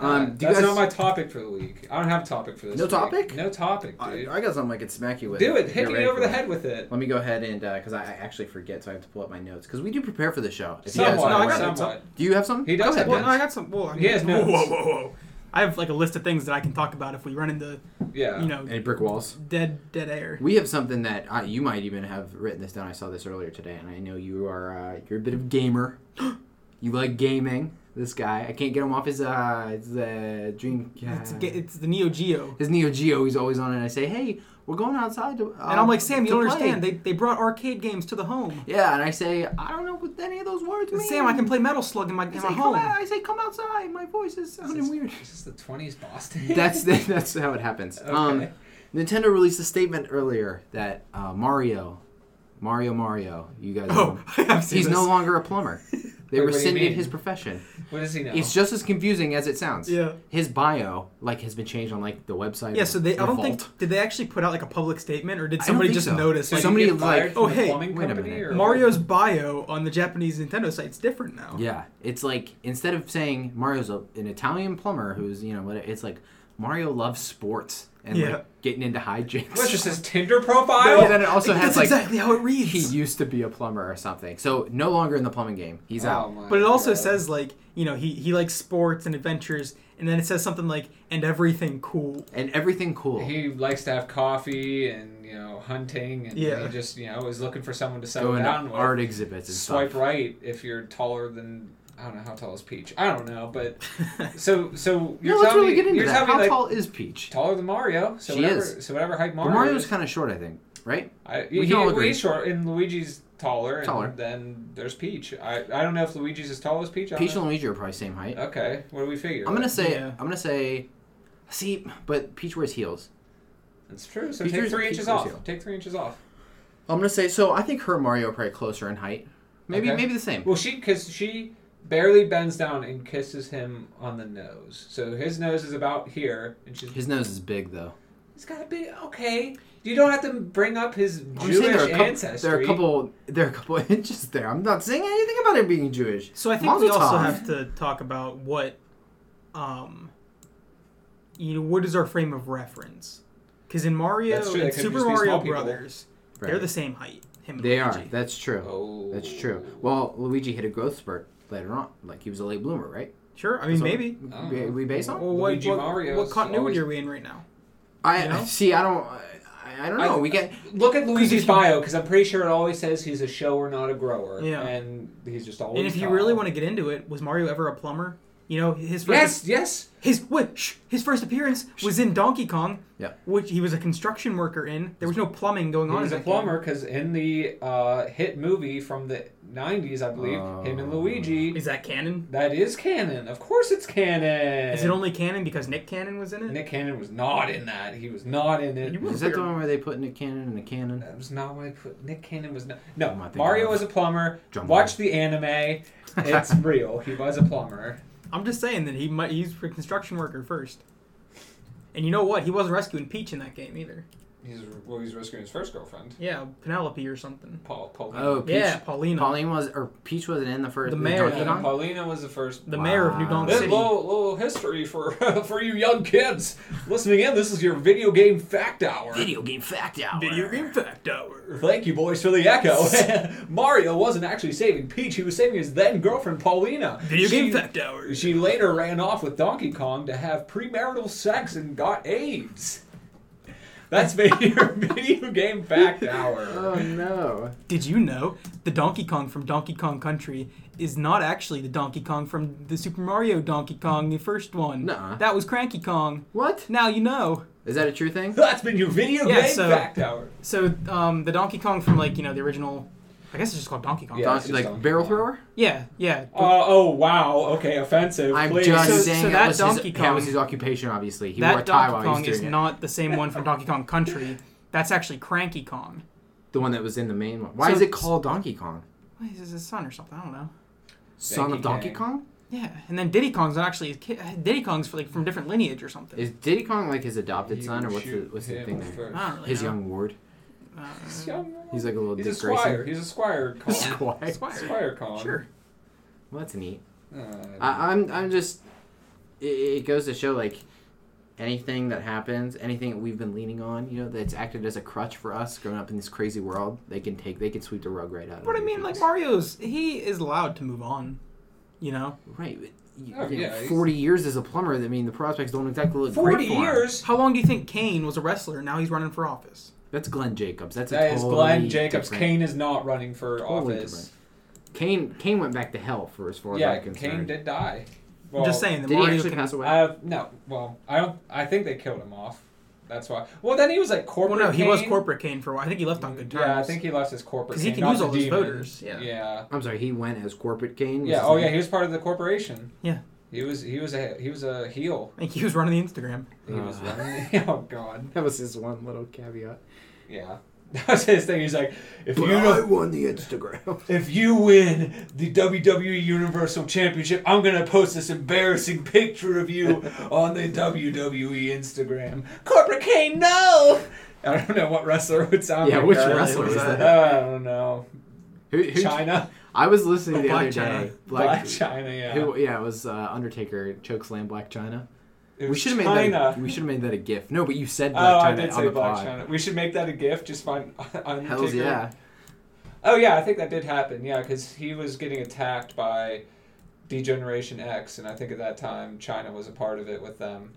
Speaker 2: Uh,
Speaker 1: Um, do you
Speaker 2: that's
Speaker 1: guys,
Speaker 2: not my topic for the week. I don't have a topic for this.
Speaker 1: No
Speaker 2: week.
Speaker 1: topic?
Speaker 2: No topic,
Speaker 1: I,
Speaker 2: dude.
Speaker 1: I got something I could smack you with.
Speaker 2: Do it.
Speaker 1: if
Speaker 2: Hit
Speaker 1: you're
Speaker 2: me
Speaker 1: ready
Speaker 2: over
Speaker 1: for
Speaker 2: the
Speaker 1: it.
Speaker 2: head with it.
Speaker 1: Let me go ahead and because I, I actually forget, so I have to pull up my notes because we do prepare for the show. If you guys
Speaker 2: Somewhat.
Speaker 1: aren't
Speaker 3: no, I
Speaker 1: aware.
Speaker 3: got it.
Speaker 2: somewhat.
Speaker 1: Do you have some?
Speaker 2: He
Speaker 1: Go
Speaker 2: does
Speaker 1: ahead.
Speaker 2: have
Speaker 3: Well, no, I
Speaker 2: notes.
Speaker 3: got some. Well, I mean,
Speaker 2: Yes,
Speaker 3: whoa,
Speaker 2: notes.
Speaker 3: whoa, whoa, whoa! I have like a list of things that I can talk about if we run into
Speaker 2: Yeah.
Speaker 3: you know
Speaker 1: Any brick walls?
Speaker 3: dead dead air.
Speaker 1: We have something that I, you might even have written this down. I saw this earlier today, and I know you are uh, you're a bit of gamer. you like gaming. This guy, I can't get him off his uh, his uh, dream.
Speaker 3: It's, ge- it's the Neo Geo.
Speaker 1: his Neo Geo. He's always on, and I say, "Hey, we're going outside to." uh,
Speaker 3: And I'm like, Sam, you
Speaker 1: to
Speaker 3: don't
Speaker 1: play."
Speaker 3: understand. They, they brought arcade games to the home.
Speaker 1: yeah, and I say, "I don't know what any of those words mean."
Speaker 3: Sam, I can play Metal Slug in my, in
Speaker 1: I
Speaker 3: my
Speaker 1: say, come
Speaker 3: home.
Speaker 1: out, I say, "Come outside." My voice is
Speaker 2: This
Speaker 1: sounding
Speaker 2: is,
Speaker 1: weird.
Speaker 2: Is this the 20s Boston?
Speaker 1: That's the, that's how it happens. Um,
Speaker 2: Okay.
Speaker 1: Nintendo released a statement earlier that uh, Mario, Mario, Mario, you guys. know
Speaker 3: Oh,
Speaker 1: him.
Speaker 3: I have seen
Speaker 1: He's
Speaker 3: this.
Speaker 1: no longer a plumber. They
Speaker 2: Wait, what do you
Speaker 1: rescinded
Speaker 2: mean?
Speaker 1: his profession.
Speaker 2: What does he know?
Speaker 1: It's just as confusing as it sounds.
Speaker 3: Yeah.
Speaker 1: His bio, like, has been changed on like the website.
Speaker 3: Yeah, so they. I don't think
Speaker 1: Revolt.
Speaker 3: did they actually put out like a public statement, or did
Speaker 1: don't
Speaker 3: somebody
Speaker 1: think
Speaker 3: just
Speaker 1: so.
Speaker 3: notice?
Speaker 2: so
Speaker 3: Like,
Speaker 2: did he
Speaker 1: somebody
Speaker 2: get fired
Speaker 1: like-
Speaker 2: from
Speaker 3: oh,
Speaker 2: the
Speaker 3: hey,
Speaker 2: plumbing
Speaker 1: wait a
Speaker 2: company
Speaker 1: minute.
Speaker 2: or what?
Speaker 3: Mario's bio on the Japanese Nintendo site's different now.
Speaker 1: Yeah, it's like instead of saying Mario's a, an Italian plumber who's you know what, it's like Mario loves sports and
Speaker 3: Yeah.
Speaker 1: like getting into hijinks.
Speaker 2: What's just his Tinder
Speaker 1: and
Speaker 2: profile?
Speaker 1: then it also
Speaker 3: Like,
Speaker 1: has
Speaker 3: that's
Speaker 1: like
Speaker 3: exactly how it reads.
Speaker 1: he used to be a plumber or something. So no longer in the plumbing game. He's
Speaker 2: Oh,
Speaker 1: out.
Speaker 2: my
Speaker 3: but it also
Speaker 2: God.
Speaker 3: says like you know he he likes sports and adventures, and then it says something like and everything cool.
Speaker 1: And everything cool.
Speaker 2: He likes to have coffee and you know hunting and
Speaker 3: Yeah.
Speaker 2: he just you know is looking for someone to settle
Speaker 1: Going to
Speaker 2: down with.
Speaker 1: art exhibits and
Speaker 2: Swipe
Speaker 1: stuff.
Speaker 2: right if you're taller than I don't know how tall is Peach. I don't know, but so so
Speaker 1: No,
Speaker 2: you're
Speaker 1: let's
Speaker 2: telling
Speaker 1: really
Speaker 2: me
Speaker 1: get into
Speaker 2: you're
Speaker 1: that.
Speaker 2: telling
Speaker 1: How
Speaker 2: me like
Speaker 1: tall is Peach?
Speaker 2: taller than Mario. So
Speaker 1: She
Speaker 2: whatever,
Speaker 1: is.
Speaker 2: So whatever height
Speaker 1: But
Speaker 2: Mario.
Speaker 1: Mario's
Speaker 2: is-
Speaker 1: kind of short, I think. right?
Speaker 2: I,
Speaker 1: We
Speaker 2: he,
Speaker 1: can all
Speaker 2: well,
Speaker 1: agree.
Speaker 2: he's short, and Luigi's taller. And
Speaker 1: Taller.
Speaker 2: Then there's Peach. I, I don't know if Luigi's as tall as Peach. I don't
Speaker 1: Peach
Speaker 2: know.
Speaker 1: and Luigi are probably same height.
Speaker 2: Okay, what do we figure?
Speaker 1: I'm gonna say
Speaker 3: Yeah.
Speaker 1: I'm gonna say, see, but Peach wears heels.
Speaker 2: It's true. So
Speaker 1: Peach
Speaker 2: take
Speaker 1: is-
Speaker 2: three
Speaker 1: Peach
Speaker 2: inches
Speaker 1: is
Speaker 2: off.
Speaker 1: here.
Speaker 2: Take three inches off.
Speaker 1: I'm gonna say so. I think her and Mario are probably closer in height. Maybe
Speaker 2: Okay.
Speaker 1: maybe the same.
Speaker 2: Well, she because she barely bends down and kisses him on the nose. So his nose is about here, and she's.
Speaker 1: His nose is big though.
Speaker 2: It's gotta be okay. You don't have to bring up his
Speaker 1: I'm
Speaker 2: Jewish
Speaker 1: saying there are, a couple,
Speaker 2: ancestry.
Speaker 1: there are a couple there are a couple inches there. I'm not saying anything about it being Jewish.
Speaker 3: So I think
Speaker 1: Mazel
Speaker 3: we also
Speaker 1: tov.
Speaker 3: have to talk about what, um, you know, what is our frame of reference? Because in Mario
Speaker 2: That's true, they
Speaker 3: and
Speaker 2: could
Speaker 3: Super
Speaker 2: just be
Speaker 3: Mario
Speaker 2: small people.
Speaker 3: Brothers, they're
Speaker 1: Right.
Speaker 3: the same height. Him and
Speaker 1: They are.
Speaker 3: Luigi.
Speaker 1: That's true.
Speaker 2: Oh.
Speaker 1: That's true. Well, Luigi hit a growth spurt later on. Like he was a late bloomer, right?
Speaker 3: Sure. I mean,
Speaker 1: So-
Speaker 3: maybe.
Speaker 2: Oh.
Speaker 1: We, we base on.
Speaker 3: Well, what,
Speaker 2: Luigi
Speaker 3: what,
Speaker 2: Mario's
Speaker 3: what continuity
Speaker 2: always-
Speaker 3: are we in right now?
Speaker 1: I
Speaker 3: you know?
Speaker 1: see. I don't. I, I don't know.
Speaker 2: I-
Speaker 1: we get.
Speaker 2: Look at Luigi's
Speaker 3: if you-
Speaker 2: bio because I'm pretty sure it always says he's a shower, not a grower.
Speaker 3: Yeah.
Speaker 2: And he's just always.
Speaker 3: And if you
Speaker 2: tall.
Speaker 3: really want to get into it, was Mario ever a plumber? You know, his first
Speaker 2: Yes, yes.
Speaker 3: his what shh, his first appearance was in Donkey Kong.
Speaker 1: Yeah.
Speaker 3: Which he was a construction worker in. There was no plumbing going
Speaker 2: He
Speaker 3: on.
Speaker 2: was a
Speaker 3: in that game.
Speaker 2: plumber because in the uh, hit movie from the 90s, I believe, him and
Speaker 1: Oh.
Speaker 2: Luigi.
Speaker 3: Is that canon?
Speaker 2: That is canon. Of course it's canon.
Speaker 3: Is it only canon because Nick Cannon was in it?
Speaker 2: Nick Cannon was not in that. He was not in it.
Speaker 3: You
Speaker 1: Is that the one where they put Nick Cannon in a cannon?
Speaker 2: That was not what I put. Nick Cannon was not.
Speaker 1: What
Speaker 2: No,
Speaker 1: am I thinking
Speaker 2: Mario
Speaker 1: of?
Speaker 2: was a plumber.
Speaker 1: Jumbo.
Speaker 2: Watch the anime. It's real. He was a plumber.
Speaker 3: I'm just saying that he might he's a construction worker first. And you know what? He wasn't rescuing Peach in that game either.
Speaker 2: He's well. He's rescuing his first girlfriend,
Speaker 3: Yeah, Penelope or something.
Speaker 2: Paul. Paul.
Speaker 1: Oh, Peach.
Speaker 3: Yeah, Paulina.
Speaker 1: Pauline was or Peach wasn't in the first.
Speaker 3: The
Speaker 1: in
Speaker 3: mayor.
Speaker 1: Donkey Kong?
Speaker 2: Paulina was the first.
Speaker 3: the mayor of New
Speaker 1: Wow.
Speaker 3: Donk
Speaker 2: This
Speaker 3: City.
Speaker 2: little, little history for for you young kids listening in. This is your video game fact hour.
Speaker 1: Video game fact hour.
Speaker 3: Video game fact hour.
Speaker 2: Thank you, boys, for the echo. Mario wasn't actually saving Peach; he was saving his then girlfriend Paulina.
Speaker 3: Video
Speaker 2: She-
Speaker 3: game fact hour.
Speaker 2: She later ran off with Donkey Kong to have premarital sex and got AIDS. That's been your video game fact hour.
Speaker 1: Oh no.
Speaker 3: Did you know the Donkey Kong from Donkey Kong Country is not actually the Donkey Kong from the Super Mario Donkey Kong, the first one?
Speaker 1: Nuh-uh.
Speaker 3: That was Cranky Kong.
Speaker 1: What?
Speaker 3: Now you know.
Speaker 1: Is that a true thing?
Speaker 2: That's been your video
Speaker 3: Yeah,
Speaker 2: game
Speaker 3: so-
Speaker 2: fact hour.
Speaker 3: So um, the Donkey Kong from like you know the original, I guess it's just called Donkey Kong.
Speaker 2: Yeah.
Speaker 1: Don-
Speaker 2: it's just
Speaker 1: like
Speaker 2: Donkey
Speaker 1: barrel
Speaker 2: Kong.
Speaker 1: thrower?
Speaker 3: Yeah, yeah.
Speaker 2: Uh, oh wow, okay, offensive.
Speaker 1: I'm
Speaker 2: please.
Speaker 1: just
Speaker 3: So-
Speaker 1: saying
Speaker 3: so
Speaker 1: that,
Speaker 3: that
Speaker 1: was
Speaker 3: Donkey
Speaker 1: his, that was
Speaker 3: Kong-
Speaker 1: his occupation. Obviously, he wore a
Speaker 3: that
Speaker 1: tie
Speaker 3: Donkey
Speaker 1: while he
Speaker 3: Kong
Speaker 1: was
Speaker 3: is
Speaker 1: doing it.
Speaker 3: not the same one from Donkey Kong Country. That's actually Cranky Kong.
Speaker 1: the one that was in the main one. Why
Speaker 3: So
Speaker 1: is it
Speaker 3: it's-
Speaker 1: called Donkey Kong?
Speaker 3: What is this, his son or something? I don't know.
Speaker 1: Son of Donkey
Speaker 2: Donkey
Speaker 1: Kong?
Speaker 3: Yeah, and then Diddy Kong's not actually his kid. Diddy Kong's like from different lineage or something.
Speaker 1: Is Diddy Kong like his adopted
Speaker 2: You
Speaker 1: son, or what's the
Speaker 2: shoot
Speaker 1: what's the
Speaker 2: him
Speaker 1: thing there?
Speaker 2: first.
Speaker 3: I don't really
Speaker 1: His
Speaker 3: know.
Speaker 1: young ward.
Speaker 3: Uh,
Speaker 2: He's young.
Speaker 1: He's like a little
Speaker 2: He's a
Speaker 1: Dick
Speaker 2: squire.
Speaker 1: Grayson.
Speaker 2: He's a squire. Colin.
Speaker 3: Yeah.
Speaker 1: Squire.
Speaker 3: Squire.
Speaker 2: Squire Colin.
Speaker 3: Sure.
Speaker 1: Well, that's neat.
Speaker 2: Uh,
Speaker 1: I, I'm I'm just it, it goes to show like anything that happens, anything that we've been leaning on, you know, that's acted as a crutch for us growing up in this crazy world. They can take they can sweep the rug right out.
Speaker 3: But I
Speaker 1: under
Speaker 3: mean,
Speaker 1: your
Speaker 3: like
Speaker 1: feet.
Speaker 3: Mario's, he is allowed to move on. You know,
Speaker 1: right. but You,
Speaker 2: Oh,
Speaker 1: you know,
Speaker 2: yeah, he's-
Speaker 1: forty years as a plumber. I mean, the prospects don't exactly look
Speaker 2: Forty
Speaker 1: great for him.
Speaker 2: years.
Speaker 3: how long do you think Kane was a wrestler? and Now he's running for office.
Speaker 1: That's Glenn Jacobs. That's a
Speaker 2: That is
Speaker 1: totally
Speaker 2: Glenn Jacobs.
Speaker 1: different-
Speaker 2: Kane is not running for
Speaker 1: totally
Speaker 2: office.
Speaker 1: different. Kane Kane went back to hell for as far
Speaker 2: Yeah,
Speaker 1: as I'm
Speaker 2: Kane
Speaker 1: concerned.
Speaker 2: did die.
Speaker 3: I'm just saying that
Speaker 1: Did he
Speaker 3: Mario
Speaker 1: actually
Speaker 3: can.
Speaker 1: pass away?
Speaker 2: Uh, no, well, I don't. I think they killed him off. That's why. Well, then he was like
Speaker 3: well,
Speaker 2: corporate.
Speaker 3: no, he was
Speaker 2: Kane.
Speaker 3: corporate Kane for a while. I think he left on good terms.
Speaker 2: Yeah, I think he left his corporate.
Speaker 3: 'Cause he
Speaker 2: Kane,
Speaker 3: can
Speaker 2: not
Speaker 3: use
Speaker 2: the
Speaker 3: all those
Speaker 2: demon.
Speaker 3: voters, yeah.
Speaker 2: Yeah.
Speaker 1: I'm sorry, he went as corporate Kane. was
Speaker 2: Yeah.
Speaker 1: his
Speaker 2: Oh
Speaker 1: name?
Speaker 2: yeah, he was part of the corporation.
Speaker 3: Yeah.
Speaker 2: He was. He was a. He was a heel.
Speaker 3: I think he was running the Instagram.
Speaker 2: He was.
Speaker 1: Uh.
Speaker 2: running- oh God.
Speaker 1: That was his one little caveat.
Speaker 2: Yeah. That was his thing. He's like, if you
Speaker 1: But
Speaker 2: don't,
Speaker 1: won the Instagram.
Speaker 2: If you win the WWE Universal Championship, I'm gonna post this embarrassing picture of you on the WWE Instagram. Corporate Kane, no! I don't know what wrestler would sound
Speaker 1: Yeah,
Speaker 2: like.
Speaker 1: which
Speaker 2: that.
Speaker 1: wrestler
Speaker 3: was that?
Speaker 2: Uh, I don't know.
Speaker 1: Who, who,
Speaker 2: China,
Speaker 1: I was listening
Speaker 3: Oh,
Speaker 1: the
Speaker 3: Black
Speaker 1: other day.
Speaker 3: China.
Speaker 2: Black China, yeah.
Speaker 1: Who, yeah, it was uh, Undertaker chokeslam Black China.
Speaker 2: It
Speaker 1: We
Speaker 2: was
Speaker 1: should have made
Speaker 2: China.
Speaker 1: that. A, we should have made that a gif. No, but you said Black
Speaker 2: Oh, I
Speaker 1: China
Speaker 2: did
Speaker 1: on
Speaker 2: say
Speaker 1: the
Speaker 2: Black
Speaker 1: pod.
Speaker 2: China. We should make that a gift. Just find Undertaker.
Speaker 1: Hell's yeah.
Speaker 2: Oh yeah, I think that did happen. Yeah, because he was getting attacked by Degeneration X, and I think at that time China was a part of it with them.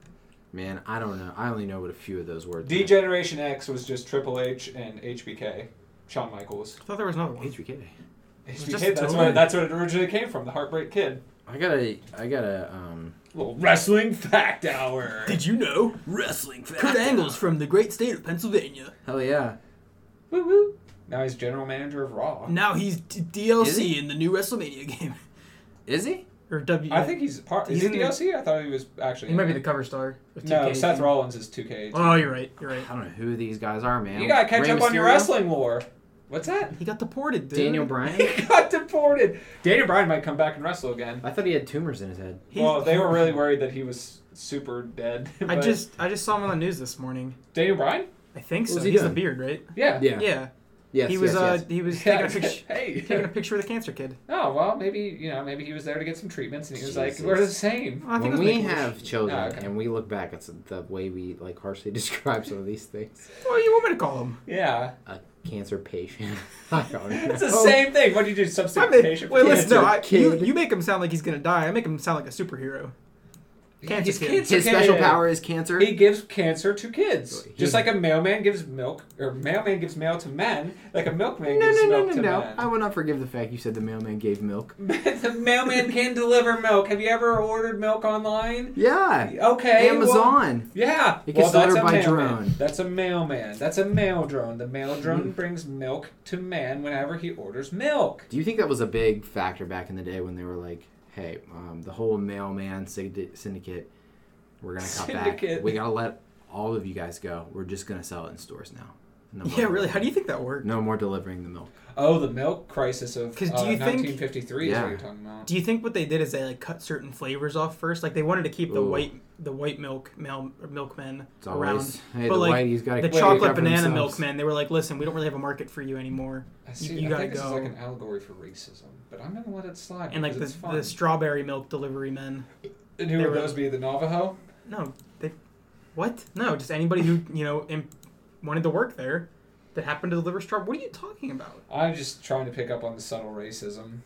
Speaker 1: Man, I don't know. I only know what a few of those words.
Speaker 2: D Generation X was just Triple H and HBK, Shawn Michaels.
Speaker 3: I thought there was another one.
Speaker 1: HBK.
Speaker 3: was
Speaker 2: HBK,
Speaker 3: just
Speaker 2: that's
Speaker 3: totally-
Speaker 2: where that's where it originally came from, the Heartbreak Kid.
Speaker 1: I gotta. I gotta. Um.
Speaker 2: Little wrestling fact hour.
Speaker 3: Did you know
Speaker 1: Wrestling.
Speaker 3: Kurt Angle's from the great state of Pennsylvania?
Speaker 1: Hell yeah.
Speaker 2: Woo woo. Now he's general manager of Raw.
Speaker 3: Now he's d-
Speaker 1: Is
Speaker 3: DLC
Speaker 1: he?
Speaker 3: in the new WrestleMania game.
Speaker 1: Is he?
Speaker 3: Or W.
Speaker 2: I think he's part. Is
Speaker 3: He's
Speaker 2: he
Speaker 3: in the-
Speaker 2: DLC? I thought he was actually.
Speaker 3: he might be the cover star. of
Speaker 2: No,
Speaker 3: 2K.
Speaker 2: Seth Rollins is 2K.
Speaker 3: Oh, you're right. You're
Speaker 1: I
Speaker 3: right.
Speaker 1: don't know who these guys are, man.
Speaker 2: you gotta catch
Speaker 1: Rey
Speaker 2: up on your
Speaker 1: Mysterio?
Speaker 2: wrestling lore. What's that?
Speaker 3: He got deported, dude.
Speaker 1: Daniel Bryan.
Speaker 2: He got deported. Daniel Bryan might come back and wrestle again.
Speaker 1: I thought he had tumors in his head.
Speaker 3: He's-
Speaker 2: well, they were really worried that he was super dead.
Speaker 3: I
Speaker 2: but-
Speaker 3: just I just saw him on the news this morning.
Speaker 2: Daniel Bryan.
Speaker 3: I think
Speaker 1: What
Speaker 3: so.
Speaker 1: was he
Speaker 3: He's
Speaker 1: doing?
Speaker 3: the beard, right?
Speaker 2: Yeah.
Speaker 1: Yeah.
Speaker 3: Yeah.
Speaker 1: Yes.
Speaker 3: he was
Speaker 1: yes,
Speaker 3: uh
Speaker 1: yes.
Speaker 3: he was
Speaker 2: Yeah,
Speaker 3: taking a picture
Speaker 2: Hey.
Speaker 3: taking a picture of the cancer kid.
Speaker 2: Oh well, maybe you know, maybe he was there to get some treatments, and he was
Speaker 1: Jesus.
Speaker 2: like, "We're the same."
Speaker 3: Well, I
Speaker 1: when
Speaker 3: think it was
Speaker 1: we
Speaker 3: Make-A-Wish.
Speaker 1: have children
Speaker 2: Oh, okay.
Speaker 1: and we look back, it's the way we like harshly describe some of these things.
Speaker 3: What do you want me to call him?
Speaker 2: Yeah,
Speaker 1: A cancer patient. I don't know.
Speaker 2: it's the same thing. What do you do?
Speaker 3: I
Speaker 2: Substitute
Speaker 3: made,
Speaker 2: patient?
Speaker 3: wait,
Speaker 2: for
Speaker 3: listen. No,
Speaker 2: cancer?
Speaker 3: I, you,
Speaker 1: kid.
Speaker 3: you make him sound like he's gonna die. I make him sound like a superhero. Cancer
Speaker 2: He's
Speaker 3: kid.
Speaker 2: cancer
Speaker 1: Oh, His special
Speaker 2: kid.
Speaker 1: power is cancer.
Speaker 2: He gives cancer to kids,
Speaker 1: He-
Speaker 2: just like a mailman gives milk, or mailman gives mail to men, like a milkman
Speaker 1: No, no,
Speaker 2: gives
Speaker 1: no,
Speaker 2: milk
Speaker 1: no,
Speaker 2: to
Speaker 1: no.
Speaker 2: men.
Speaker 1: I will not forgive the fact you said the mailman gave milk.
Speaker 2: the mailman can deliver milk. Have you ever ordered milk online?
Speaker 1: Yeah.
Speaker 2: Okay. well-
Speaker 1: Amazon.
Speaker 2: yeah.
Speaker 1: It gets
Speaker 2: well, that's
Speaker 1: delivered
Speaker 2: a
Speaker 1: by
Speaker 2: mailman.
Speaker 1: drone. Hmm.
Speaker 2: That's a mailman. That's a mail drone. The mail drone brings milk to man whenever he orders milk.
Speaker 1: Do you think that was a big factor back in the day when they were like, "Hey, um, the whole mailman syndi- syndicate, we're gonna cut back.
Speaker 2: Syndicate.
Speaker 1: We gotta let all of you guys go. We're just gonna sell it in stores now." No more
Speaker 3: Yeah, really. How
Speaker 1: delivering-
Speaker 3: do you think that worked?
Speaker 1: No more delivering the milk.
Speaker 2: Oh, the milk crisis of
Speaker 3: 'Cause do
Speaker 2: uh,
Speaker 3: you think-
Speaker 2: 1953 is
Speaker 1: Yeah.
Speaker 2: what you're talking about.
Speaker 3: Do you think what they did is they like cut certain flavors off first? Like they wanted to keep the
Speaker 1: Ooh.
Speaker 3: white the white milk male or milkmen
Speaker 1: It's
Speaker 3: around.
Speaker 1: always hey,
Speaker 3: but,
Speaker 1: the
Speaker 3: like,
Speaker 1: whitey's gotta
Speaker 3: The
Speaker 1: keep it
Speaker 3: chocolate
Speaker 1: covered
Speaker 3: banana
Speaker 1: themselves."
Speaker 3: milkmen. They were like, listen, we don't really have a market for you anymore.
Speaker 2: I see.
Speaker 3: you
Speaker 2: I
Speaker 3: gotta
Speaker 2: think this
Speaker 3: go.
Speaker 2: is like an allegory for racism, but I'm gonna let it slide.
Speaker 3: And like
Speaker 2: because
Speaker 3: the,
Speaker 2: it's fun.
Speaker 3: the strawberry milk delivery men.
Speaker 2: and who
Speaker 3: they
Speaker 2: would
Speaker 3: were-
Speaker 2: those be? The Navajo.
Speaker 3: No, they. What? No, just anybody who you know imp- wanted to work there, that happened to deliver straw. What are you talking about?
Speaker 2: I'm just trying to pick up on the subtle racism.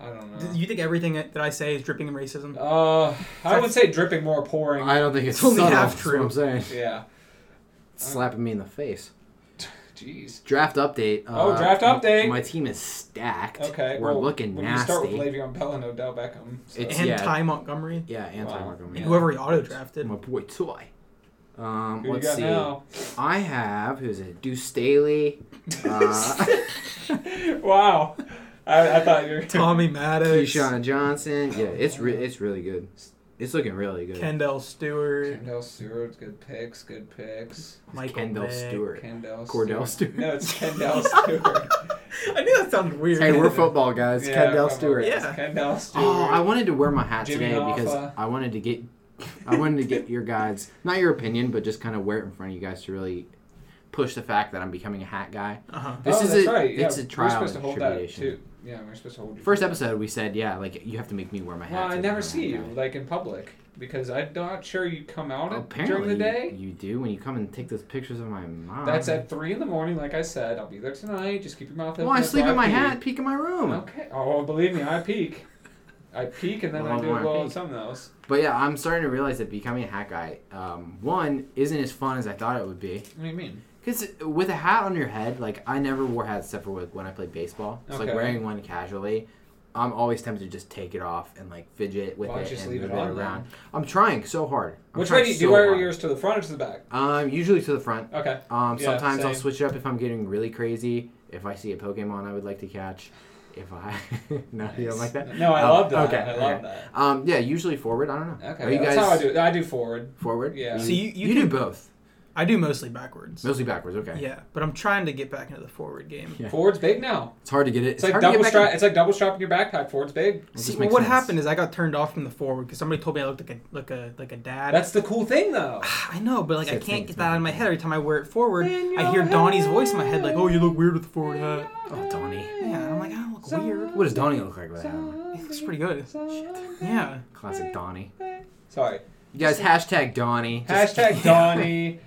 Speaker 2: I don't
Speaker 1: Uh,
Speaker 2: know.
Speaker 3: Do you think everything that that I say is dripping in racism?
Speaker 2: Uh, I would say dripping more pouring.
Speaker 1: I don't think it's,
Speaker 3: It's only
Speaker 1: subtle,
Speaker 3: half
Speaker 1: is
Speaker 3: true.
Speaker 1: What
Speaker 3: Uh.
Speaker 1: I'm saying,
Speaker 2: yeah.
Speaker 1: slapping me in the face.
Speaker 2: Jeez.
Speaker 1: Draft update. uh,
Speaker 2: Oh, draft update.
Speaker 1: My team is stacked.
Speaker 2: Okay.
Speaker 1: we're
Speaker 2: well,
Speaker 1: looking
Speaker 2: when
Speaker 1: nasty.
Speaker 2: You start with Le'Veon Bell and Odell Beckham. so-
Speaker 1: It's-
Speaker 3: and
Speaker 1: yeah.
Speaker 3: Ty Montgomery,
Speaker 1: yeah, anti
Speaker 2: Wow.
Speaker 1: Markham.
Speaker 3: and
Speaker 2: Yeah.
Speaker 3: whoever he auto drafted.
Speaker 1: My boy Toy. Um,
Speaker 2: who you
Speaker 1: let's
Speaker 2: got
Speaker 1: see.
Speaker 2: now?
Speaker 1: I have who's it? Deuce Staley, uh,
Speaker 2: wow. I, I thought you were.
Speaker 3: Tommy Maddox,
Speaker 1: Keyshawn Johnson.
Speaker 2: Oh,
Speaker 1: Yeah, it's re- it's really good. It's looking really good.
Speaker 3: Kendall Stewart,
Speaker 2: Kendall Stewart, good picks, good picks.
Speaker 3: Michael
Speaker 1: Kendall
Speaker 3: Vick.
Speaker 1: Stewart,
Speaker 2: Kendall
Speaker 1: Cordell
Speaker 2: Stewart.
Speaker 1: Stewart.
Speaker 2: No, it's Kendall Stewart.
Speaker 3: I knew that sounded weird.
Speaker 1: Hey, we're football guys.
Speaker 2: Yeah,
Speaker 1: Kendall
Speaker 2: come on.
Speaker 1: Stewart.
Speaker 3: Yeah.
Speaker 2: Kendall Stewart.
Speaker 1: Oh, I wanted to wear my hat
Speaker 2: Jimmy
Speaker 1: today because
Speaker 2: Hoffa.
Speaker 1: I wanted to get, I wanted to get your guys, not your opinion, but just kind of wear it in front of you guys to really push the fact that I'm becoming a hat guy.
Speaker 3: Uh-huh.
Speaker 1: This
Speaker 2: Oh,
Speaker 1: is
Speaker 2: that's
Speaker 1: a,
Speaker 2: right. Yeah,
Speaker 1: it's a
Speaker 2: we're
Speaker 1: trial
Speaker 2: supposed to
Speaker 1: and
Speaker 2: hold that
Speaker 1: tribulation.
Speaker 2: too. Yeah, we're supposed to hold. you.
Speaker 1: First episode, we said, yeah, like you have to make me wear my hat.
Speaker 2: Well, I
Speaker 1: to
Speaker 2: never
Speaker 1: become a
Speaker 2: see you
Speaker 1: hat guy.
Speaker 2: like in public because I'm not sure you come out at- during
Speaker 1: Apparently,
Speaker 2: the day.
Speaker 1: you do when you come and take those pictures of my mom.
Speaker 2: That's at three in the morning. Like I said, I'll be there tonight. Just keep your mouth open.
Speaker 1: Well, I
Speaker 2: That's
Speaker 1: sleep
Speaker 2: why
Speaker 1: in my
Speaker 2: peek.
Speaker 1: hat, peek in my room.
Speaker 2: Okay. Oh, believe me, I peek. I peek and then
Speaker 1: Well,
Speaker 2: I do a
Speaker 1: I
Speaker 2: little
Speaker 1: peek.
Speaker 2: something else.
Speaker 1: But yeah, I'm starting to realize that becoming a hat guy, um, one, isn't as fun as I thought it would be.
Speaker 2: What do you mean?
Speaker 1: Because with a hat on your head, like I never wore hats except for like, when I played baseball. It's like
Speaker 2: Okay.
Speaker 1: wearing one casually. I'm always tempted to just take it off and like fidget with
Speaker 2: Why don't
Speaker 1: it
Speaker 2: you just
Speaker 1: and
Speaker 2: leave
Speaker 1: move
Speaker 2: it on,
Speaker 1: around. I'm trying so hard. I'm
Speaker 2: Which
Speaker 1: trying
Speaker 2: way do you, do
Speaker 1: so
Speaker 2: you wear
Speaker 1: hard.
Speaker 2: yours to the front or to the back?
Speaker 1: Um, usually to the front.
Speaker 2: Okay.
Speaker 1: Um,
Speaker 2: Yeah,
Speaker 1: sometimes I'll
Speaker 2: same.
Speaker 1: switch it up if I'm getting really crazy. If I see a Pokemon I would like to catch. If I no, you don't like that.
Speaker 2: No, I
Speaker 1: Oh,
Speaker 2: love that.
Speaker 1: Okay,
Speaker 2: I
Speaker 1: okay.
Speaker 2: love that.
Speaker 1: Um, yeah, usually forward. I don't know.
Speaker 2: Okay,
Speaker 1: Are you
Speaker 2: that's
Speaker 1: guys
Speaker 2: how I do it. I do forward.
Speaker 1: forward?
Speaker 2: Yeah.
Speaker 1: You,
Speaker 2: So
Speaker 3: you-
Speaker 1: you,
Speaker 3: you
Speaker 1: do
Speaker 3: can-
Speaker 1: both.
Speaker 3: I do mostly backwards.
Speaker 1: Mostly backwards. Okay.
Speaker 3: Yeah, but I'm trying to get back into the forward game.
Speaker 1: Yeah.
Speaker 2: Forward's big now.
Speaker 1: It's hard to get it.
Speaker 2: It's like
Speaker 1: hard to get
Speaker 2: double
Speaker 1: back
Speaker 2: strap. It's like double strapping your backpack. Forward's big.
Speaker 1: in- It
Speaker 3: See,
Speaker 1: just
Speaker 3: well,
Speaker 1: makes
Speaker 3: what
Speaker 1: sense.
Speaker 3: happened is I got turned off from the forward because somebody told me I looked like a like a like a dad.
Speaker 2: That's the cool thing though.
Speaker 3: I know, but like
Speaker 1: Said
Speaker 3: I can't
Speaker 1: things
Speaker 3: get that out of my
Speaker 1: making-
Speaker 3: head every time I wear it forward.
Speaker 2: In
Speaker 3: I hear
Speaker 2: your
Speaker 3: Donnie's voice in my head like, "Oh, you look weird with the forward hat."
Speaker 1: Oh, Donnie.
Speaker 3: Yeah, and I'm like, "I don't look weird."
Speaker 1: What does Donnie look like with that? on?
Speaker 3: It's pretty good. Yeah.
Speaker 1: Classic Donnie.
Speaker 2: Sorry.
Speaker 1: You guys hashtag Donnie. Just-
Speaker 2: Hashtag Donnie.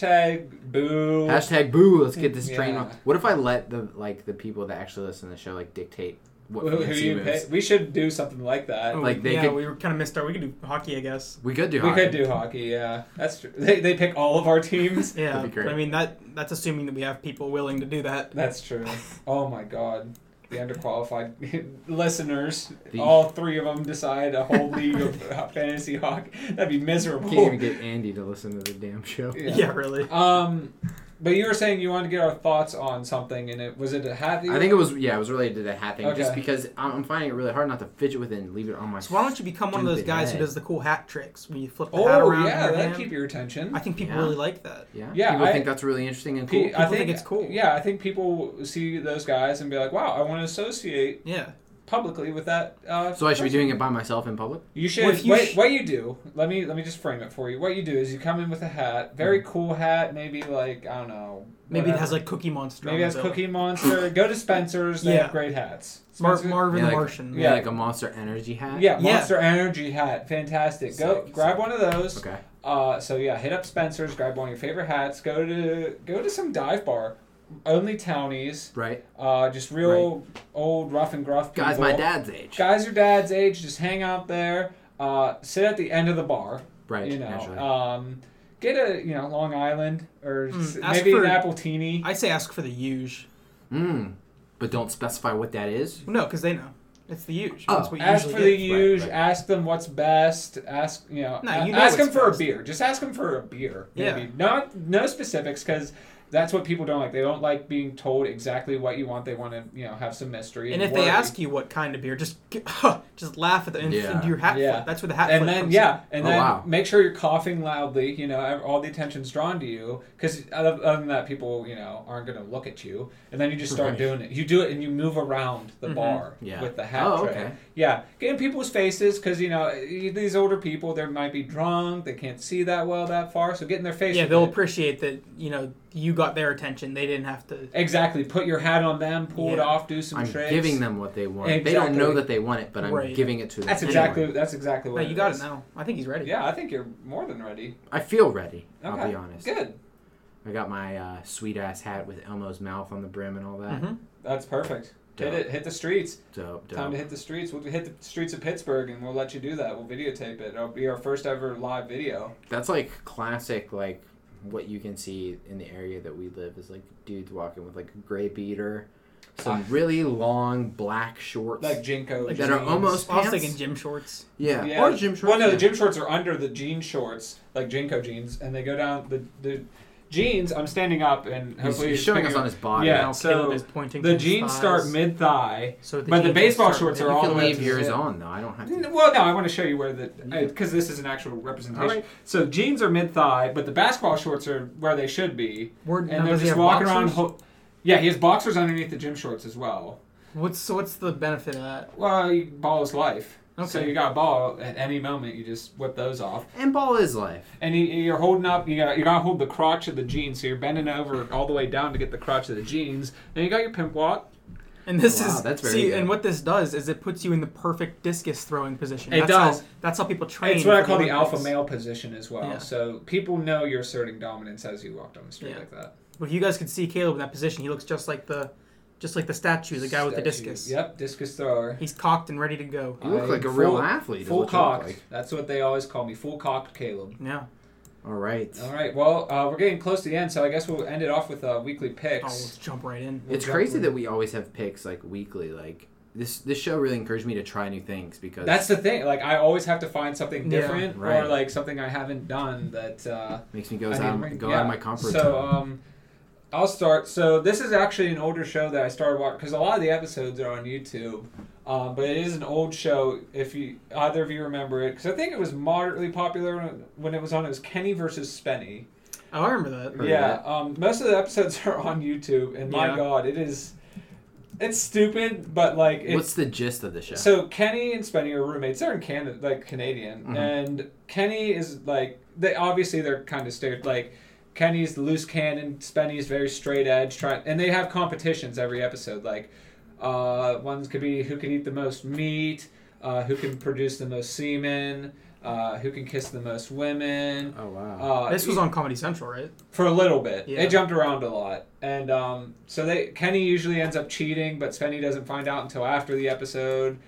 Speaker 2: Hashtag Boo.
Speaker 1: hashtag boo. Let's get this train.
Speaker 2: Yeah.
Speaker 1: on. What if I let the like the people that actually listen to the show like dictate what
Speaker 2: Who, who
Speaker 1: fantasy
Speaker 2: you
Speaker 1: moves?
Speaker 2: pick? We should do something like that.
Speaker 3: Oh,
Speaker 1: Like, they
Speaker 3: yeah,
Speaker 1: could-
Speaker 3: we were kind of missed our. We could do hockey, I guess.
Speaker 1: We could do.
Speaker 2: we
Speaker 1: hockey.
Speaker 2: could do hockey. Yeah, that's true. They, they pick all of our teams.
Speaker 3: Yeah,
Speaker 1: That'd be great.
Speaker 3: but I mean that that's assuming that we have people willing to do that.
Speaker 2: That's true. Oh my God. The underqualified listeners,
Speaker 1: The-
Speaker 2: all three of them decide a whole league of fantasy hockey. That'd be miserable.
Speaker 1: Can't even get Andy to listen to the damn show.
Speaker 3: Yeah, really.
Speaker 2: Um, But you were saying you wanted to get our thoughts on something, and it was it a hat? that you-
Speaker 1: I think it was yeah, it was related to the hat thing. Just
Speaker 2: Okay.
Speaker 1: because I'm, I'm finding it really hard not to fidget with it and leave it on my.
Speaker 3: So why don't you become one of those
Speaker 1: Stupid
Speaker 3: guys
Speaker 1: head.
Speaker 3: who does the cool hat tricks when you flip the hat
Speaker 2: Oh
Speaker 3: around?
Speaker 2: yeah,
Speaker 3: in your
Speaker 2: that
Speaker 3: hand?
Speaker 2: keep your attention.
Speaker 3: I think people
Speaker 1: Yeah.
Speaker 3: really like that.
Speaker 1: Yeah,
Speaker 2: Yeah,
Speaker 1: People
Speaker 2: I-
Speaker 1: think that's really interesting and cool.
Speaker 2: Pe- I
Speaker 3: People think it's cool.
Speaker 2: Yeah, I think people see those guys and be like, "Wow, I want to associate
Speaker 3: Yeah.
Speaker 2: publicly with that." Uh,
Speaker 1: So I should be
Speaker 2: person."
Speaker 1: doing it by myself in public.
Speaker 2: You should.
Speaker 3: Well, if you
Speaker 2: what,
Speaker 3: sh-
Speaker 2: what you do? Let me let me just frame it for you. What you do is you come in with a hat, very cool hat, maybe like I don't know.
Speaker 3: Mm. Maybe
Speaker 2: whatever.
Speaker 3: it has like Cookie Monster.
Speaker 2: maybe
Speaker 3: on
Speaker 2: it
Speaker 3: the
Speaker 2: has
Speaker 3: bill.
Speaker 2: Cookie Monster. Go to Spencer's. They
Speaker 3: Yeah.
Speaker 2: have great hats.
Speaker 3: Mar-
Speaker 2: Spencer-
Speaker 3: Marvin
Speaker 1: Yeah,
Speaker 3: the
Speaker 1: like-
Speaker 3: Martian.
Speaker 1: Yeah,
Speaker 2: Yeah.
Speaker 1: like a monster energy hat.
Speaker 2: yeah,
Speaker 3: Yeah.
Speaker 2: Monster Energy hat, fantastic. Go
Speaker 1: Sick,
Speaker 2: grab
Speaker 1: sick.
Speaker 2: one of those.
Speaker 1: Okay.
Speaker 2: Uh, so yeah, hit up Spencer's, grab one of your favorite hats. Go to go to some dive bar, only townies.
Speaker 1: Right.
Speaker 2: Uh, just real old rough and gruff people.
Speaker 1: Guys, my dad's age.
Speaker 2: Guys your dad's age, just hang out there. Uh, sit at the end of the bar.
Speaker 1: Right.
Speaker 2: You know,
Speaker 1: naturally.
Speaker 2: um, get a you know Long Island or
Speaker 3: Mm,
Speaker 2: s-
Speaker 3: ask
Speaker 2: maybe
Speaker 3: for-
Speaker 2: an Appletini.
Speaker 3: I say ask for the huge.
Speaker 1: Mm. But don't specify what that is.
Speaker 3: Well, no, because they know. It's the huge.
Speaker 1: Oh,
Speaker 3: That's what you
Speaker 2: Ask
Speaker 3: usually
Speaker 2: for the
Speaker 3: get.
Speaker 1: Right,
Speaker 2: huge.
Speaker 1: right.
Speaker 2: Ask them what's best. Ask you know.
Speaker 3: No,
Speaker 2: a-
Speaker 3: you know
Speaker 2: ask them
Speaker 3: what's
Speaker 2: for
Speaker 3: best.
Speaker 2: a beer. Just ask them for a beer.
Speaker 3: Yeah.
Speaker 2: Maybe not no specifics because that's what people don't like. They don't like being told exactly what you want. They want to you know have some mystery.
Speaker 3: And if
Speaker 2: worry.
Speaker 3: they ask you what kind of beer, just get, just laugh at them and,
Speaker 1: Yeah.
Speaker 3: and do your hat
Speaker 2: Yeah.
Speaker 3: flip. That's where the hat
Speaker 2: and
Speaker 3: flip
Speaker 2: then
Speaker 3: comes
Speaker 2: yeah, and
Speaker 1: Oh,
Speaker 2: then
Speaker 1: wow.
Speaker 2: make sure you're coughing loudly. You know, ev- all the attention's drawn to you because other other than that, people you know aren't going to look at you. And then you just start
Speaker 1: Right.
Speaker 2: doing it. You do it and you move around the
Speaker 3: Mm-hmm.
Speaker 2: bar
Speaker 1: Yeah.
Speaker 2: with the hat
Speaker 1: Oh,
Speaker 2: trick.
Speaker 1: okay.
Speaker 2: Yeah, get in people's faces because you know eh, these older people they might be drunk, they can't see that well that far, so get in their face.
Speaker 3: in. Yeah,
Speaker 2: with
Speaker 3: they'll
Speaker 2: it.
Speaker 3: appreciate that. You know, you got their attention. They didn't have to.
Speaker 2: exactly put your hat on them, pull it
Speaker 3: Yeah.
Speaker 2: off, do some
Speaker 1: I'm
Speaker 2: tricks.
Speaker 1: giving them what they want. They don't
Speaker 2: Exactly.
Speaker 1: know that they want it, but I'm
Speaker 3: Right.
Speaker 1: giving it to them.
Speaker 2: That's
Speaker 1: anyway.
Speaker 2: exactly that's exactly
Speaker 3: No,
Speaker 2: what
Speaker 3: you got
Speaker 2: is.
Speaker 3: it now. I think he's ready.
Speaker 2: Yeah, I think you're more than ready.
Speaker 1: I feel ready.
Speaker 2: Okay,
Speaker 1: I'll be honest.
Speaker 2: Good.
Speaker 1: I got my uh, sweet ass hat with Elmo's mouth on the brim and all that.
Speaker 2: Mm-hmm.
Speaker 3: Mhm.
Speaker 2: That's perfect.
Speaker 1: Dope.
Speaker 2: Hit it. Hit the streets.
Speaker 1: Dope, dope.
Speaker 2: Time to hit the streets. We'll hit the streets of Pittsburgh, and we'll let you do that. We'll videotape it. It'll be our first ever live video.
Speaker 1: That's like classic, like what you can see in the area that we live is like dudes walking with like a gray beater, some
Speaker 2: Ah.
Speaker 1: really long black shorts.
Speaker 2: Like Jinko.
Speaker 3: Like
Speaker 1: That are
Speaker 2: jeans.
Speaker 1: almost-
Speaker 3: I was
Speaker 1: Pants?
Speaker 3: thinking gym shorts.
Speaker 1: yeah.
Speaker 2: Yeah.
Speaker 1: or gym shorts.
Speaker 2: Well, no,
Speaker 1: yeah.
Speaker 2: the gym shorts are under the jean shorts, like Jinko jeans, and they go down the the jeans. I'm standing up, and
Speaker 1: He's,
Speaker 2: hopefully
Speaker 1: he's showing us on
Speaker 2: picking
Speaker 1: his body.
Speaker 2: Yeah,
Speaker 3: Now
Speaker 2: so
Speaker 3: Caleb is pointing. to
Speaker 2: The
Speaker 3: his
Speaker 2: jeans
Speaker 3: thighs.
Speaker 2: start mid thigh.
Speaker 3: So
Speaker 2: but the
Speaker 3: jeans
Speaker 2: baseball
Speaker 3: start
Speaker 2: shorts
Speaker 3: mid-
Speaker 2: are
Speaker 1: You
Speaker 2: all
Speaker 1: can
Speaker 2: the way
Speaker 1: leave
Speaker 2: to
Speaker 1: yours
Speaker 2: the-
Speaker 1: on though. I don't have to.
Speaker 2: Well, no, I want to show you where the
Speaker 1: Yeah.
Speaker 2: because this is an actual representation.
Speaker 1: All right.
Speaker 2: So jeans are mid thigh, but the basketball shorts are where they should be.
Speaker 3: Where- now,
Speaker 2: and they're
Speaker 3: does he
Speaker 2: just
Speaker 3: have
Speaker 2: walking around.
Speaker 3: boxers?
Speaker 2: Ho- yeah, he has boxers underneath the gym shorts as well.
Speaker 3: What's so what's the benefit of that?
Speaker 2: Well, you- ball is life. So
Speaker 3: Okay.
Speaker 2: you got a ball at any moment, you just whip those off,
Speaker 1: And ball is life.
Speaker 2: and you, you're holding up. You got you got to hold the crotch of the jeans, so you're bending over all the way down to get the crotch of the jeans. Then you got your pimp walk.
Speaker 3: And this
Speaker 1: Wow,
Speaker 3: is
Speaker 1: that's very
Speaker 3: see,
Speaker 1: good.
Speaker 3: and what this does is it puts you in the perfect discus throwing position.
Speaker 2: It
Speaker 3: that's
Speaker 2: does.
Speaker 3: How, that's how people train.
Speaker 2: it's what I
Speaker 3: for
Speaker 2: call the alpha
Speaker 3: Olympics.
Speaker 2: male position as well.
Speaker 3: Yeah.
Speaker 2: So people know you're asserting dominance as you walk down the street
Speaker 3: Yeah.
Speaker 2: like that.
Speaker 3: Well, you guys could see Caleb in that position. He looks just like the, just like the statue, the guy with the
Speaker 2: Statue.
Speaker 3: discus.
Speaker 2: Yep, discus thrower.
Speaker 3: He's cocked and ready to go.
Speaker 1: You look
Speaker 2: I'm
Speaker 1: like a real
Speaker 2: full-
Speaker 1: athlete. is
Speaker 2: Full
Speaker 1: what you look
Speaker 2: cocked.
Speaker 1: like.
Speaker 2: That's what they always call me. Full cocked Caleb.
Speaker 3: Yeah.
Speaker 1: All right.
Speaker 2: All right. Well, uh, we're getting close to the end, so I guess we'll end it off with uh, weekly
Speaker 3: Oh, let's
Speaker 2: picks.
Speaker 3: jump right in.
Speaker 2: We'll
Speaker 1: It's
Speaker 2: jump
Speaker 1: crazy
Speaker 2: in.
Speaker 1: that we always have picks like weekly. Like this, this show really encouraged me to try new things because
Speaker 2: That's the thing. Like I always have to find something
Speaker 3: Oh. Yeah,
Speaker 2: different or
Speaker 1: right.
Speaker 2: like something I haven't done that uh,
Speaker 1: makes me goes
Speaker 2: I need
Speaker 1: out,
Speaker 2: to bring-
Speaker 1: go
Speaker 2: yeah.
Speaker 1: out of my comfort
Speaker 2: So
Speaker 1: zone.
Speaker 2: um, I'll start. So this is actually an older show that I started watching because a lot of the episodes are on YouTube. Uh, but it is an old show. If you either of you remember it, because I think it was moderately popular when- when it was on. It was Kenny versus Spenny.
Speaker 3: Oh, I remember that.
Speaker 1: Heard of
Speaker 2: yeah. Um, most of the episodes are on YouTube, and my
Speaker 3: Yeah.
Speaker 2: God, it is. It's stupid, but like it's
Speaker 1: What's the gist of the show?
Speaker 2: so Kenny and Spenny are roommates. They're in Canada, like Canadian,
Speaker 1: Mhm.
Speaker 2: and Kenny is like they obviously they're kind of stereotyped. Like Kenny's the loose cannon, Spenny's very straight edge. Try and they have competitions every episode. Like uh, ones could be who can eat the most meat, uh, who can produce the most semen, uh, who can kiss the most women.
Speaker 1: oh wow.
Speaker 2: Uh,
Speaker 3: This was on Comedy Central, right?
Speaker 2: for a little bit.
Speaker 3: Yeah.
Speaker 2: They jumped around a lot, and um, so they Kenny usually ends up cheating, but Spenny doesn't find out until after the episode.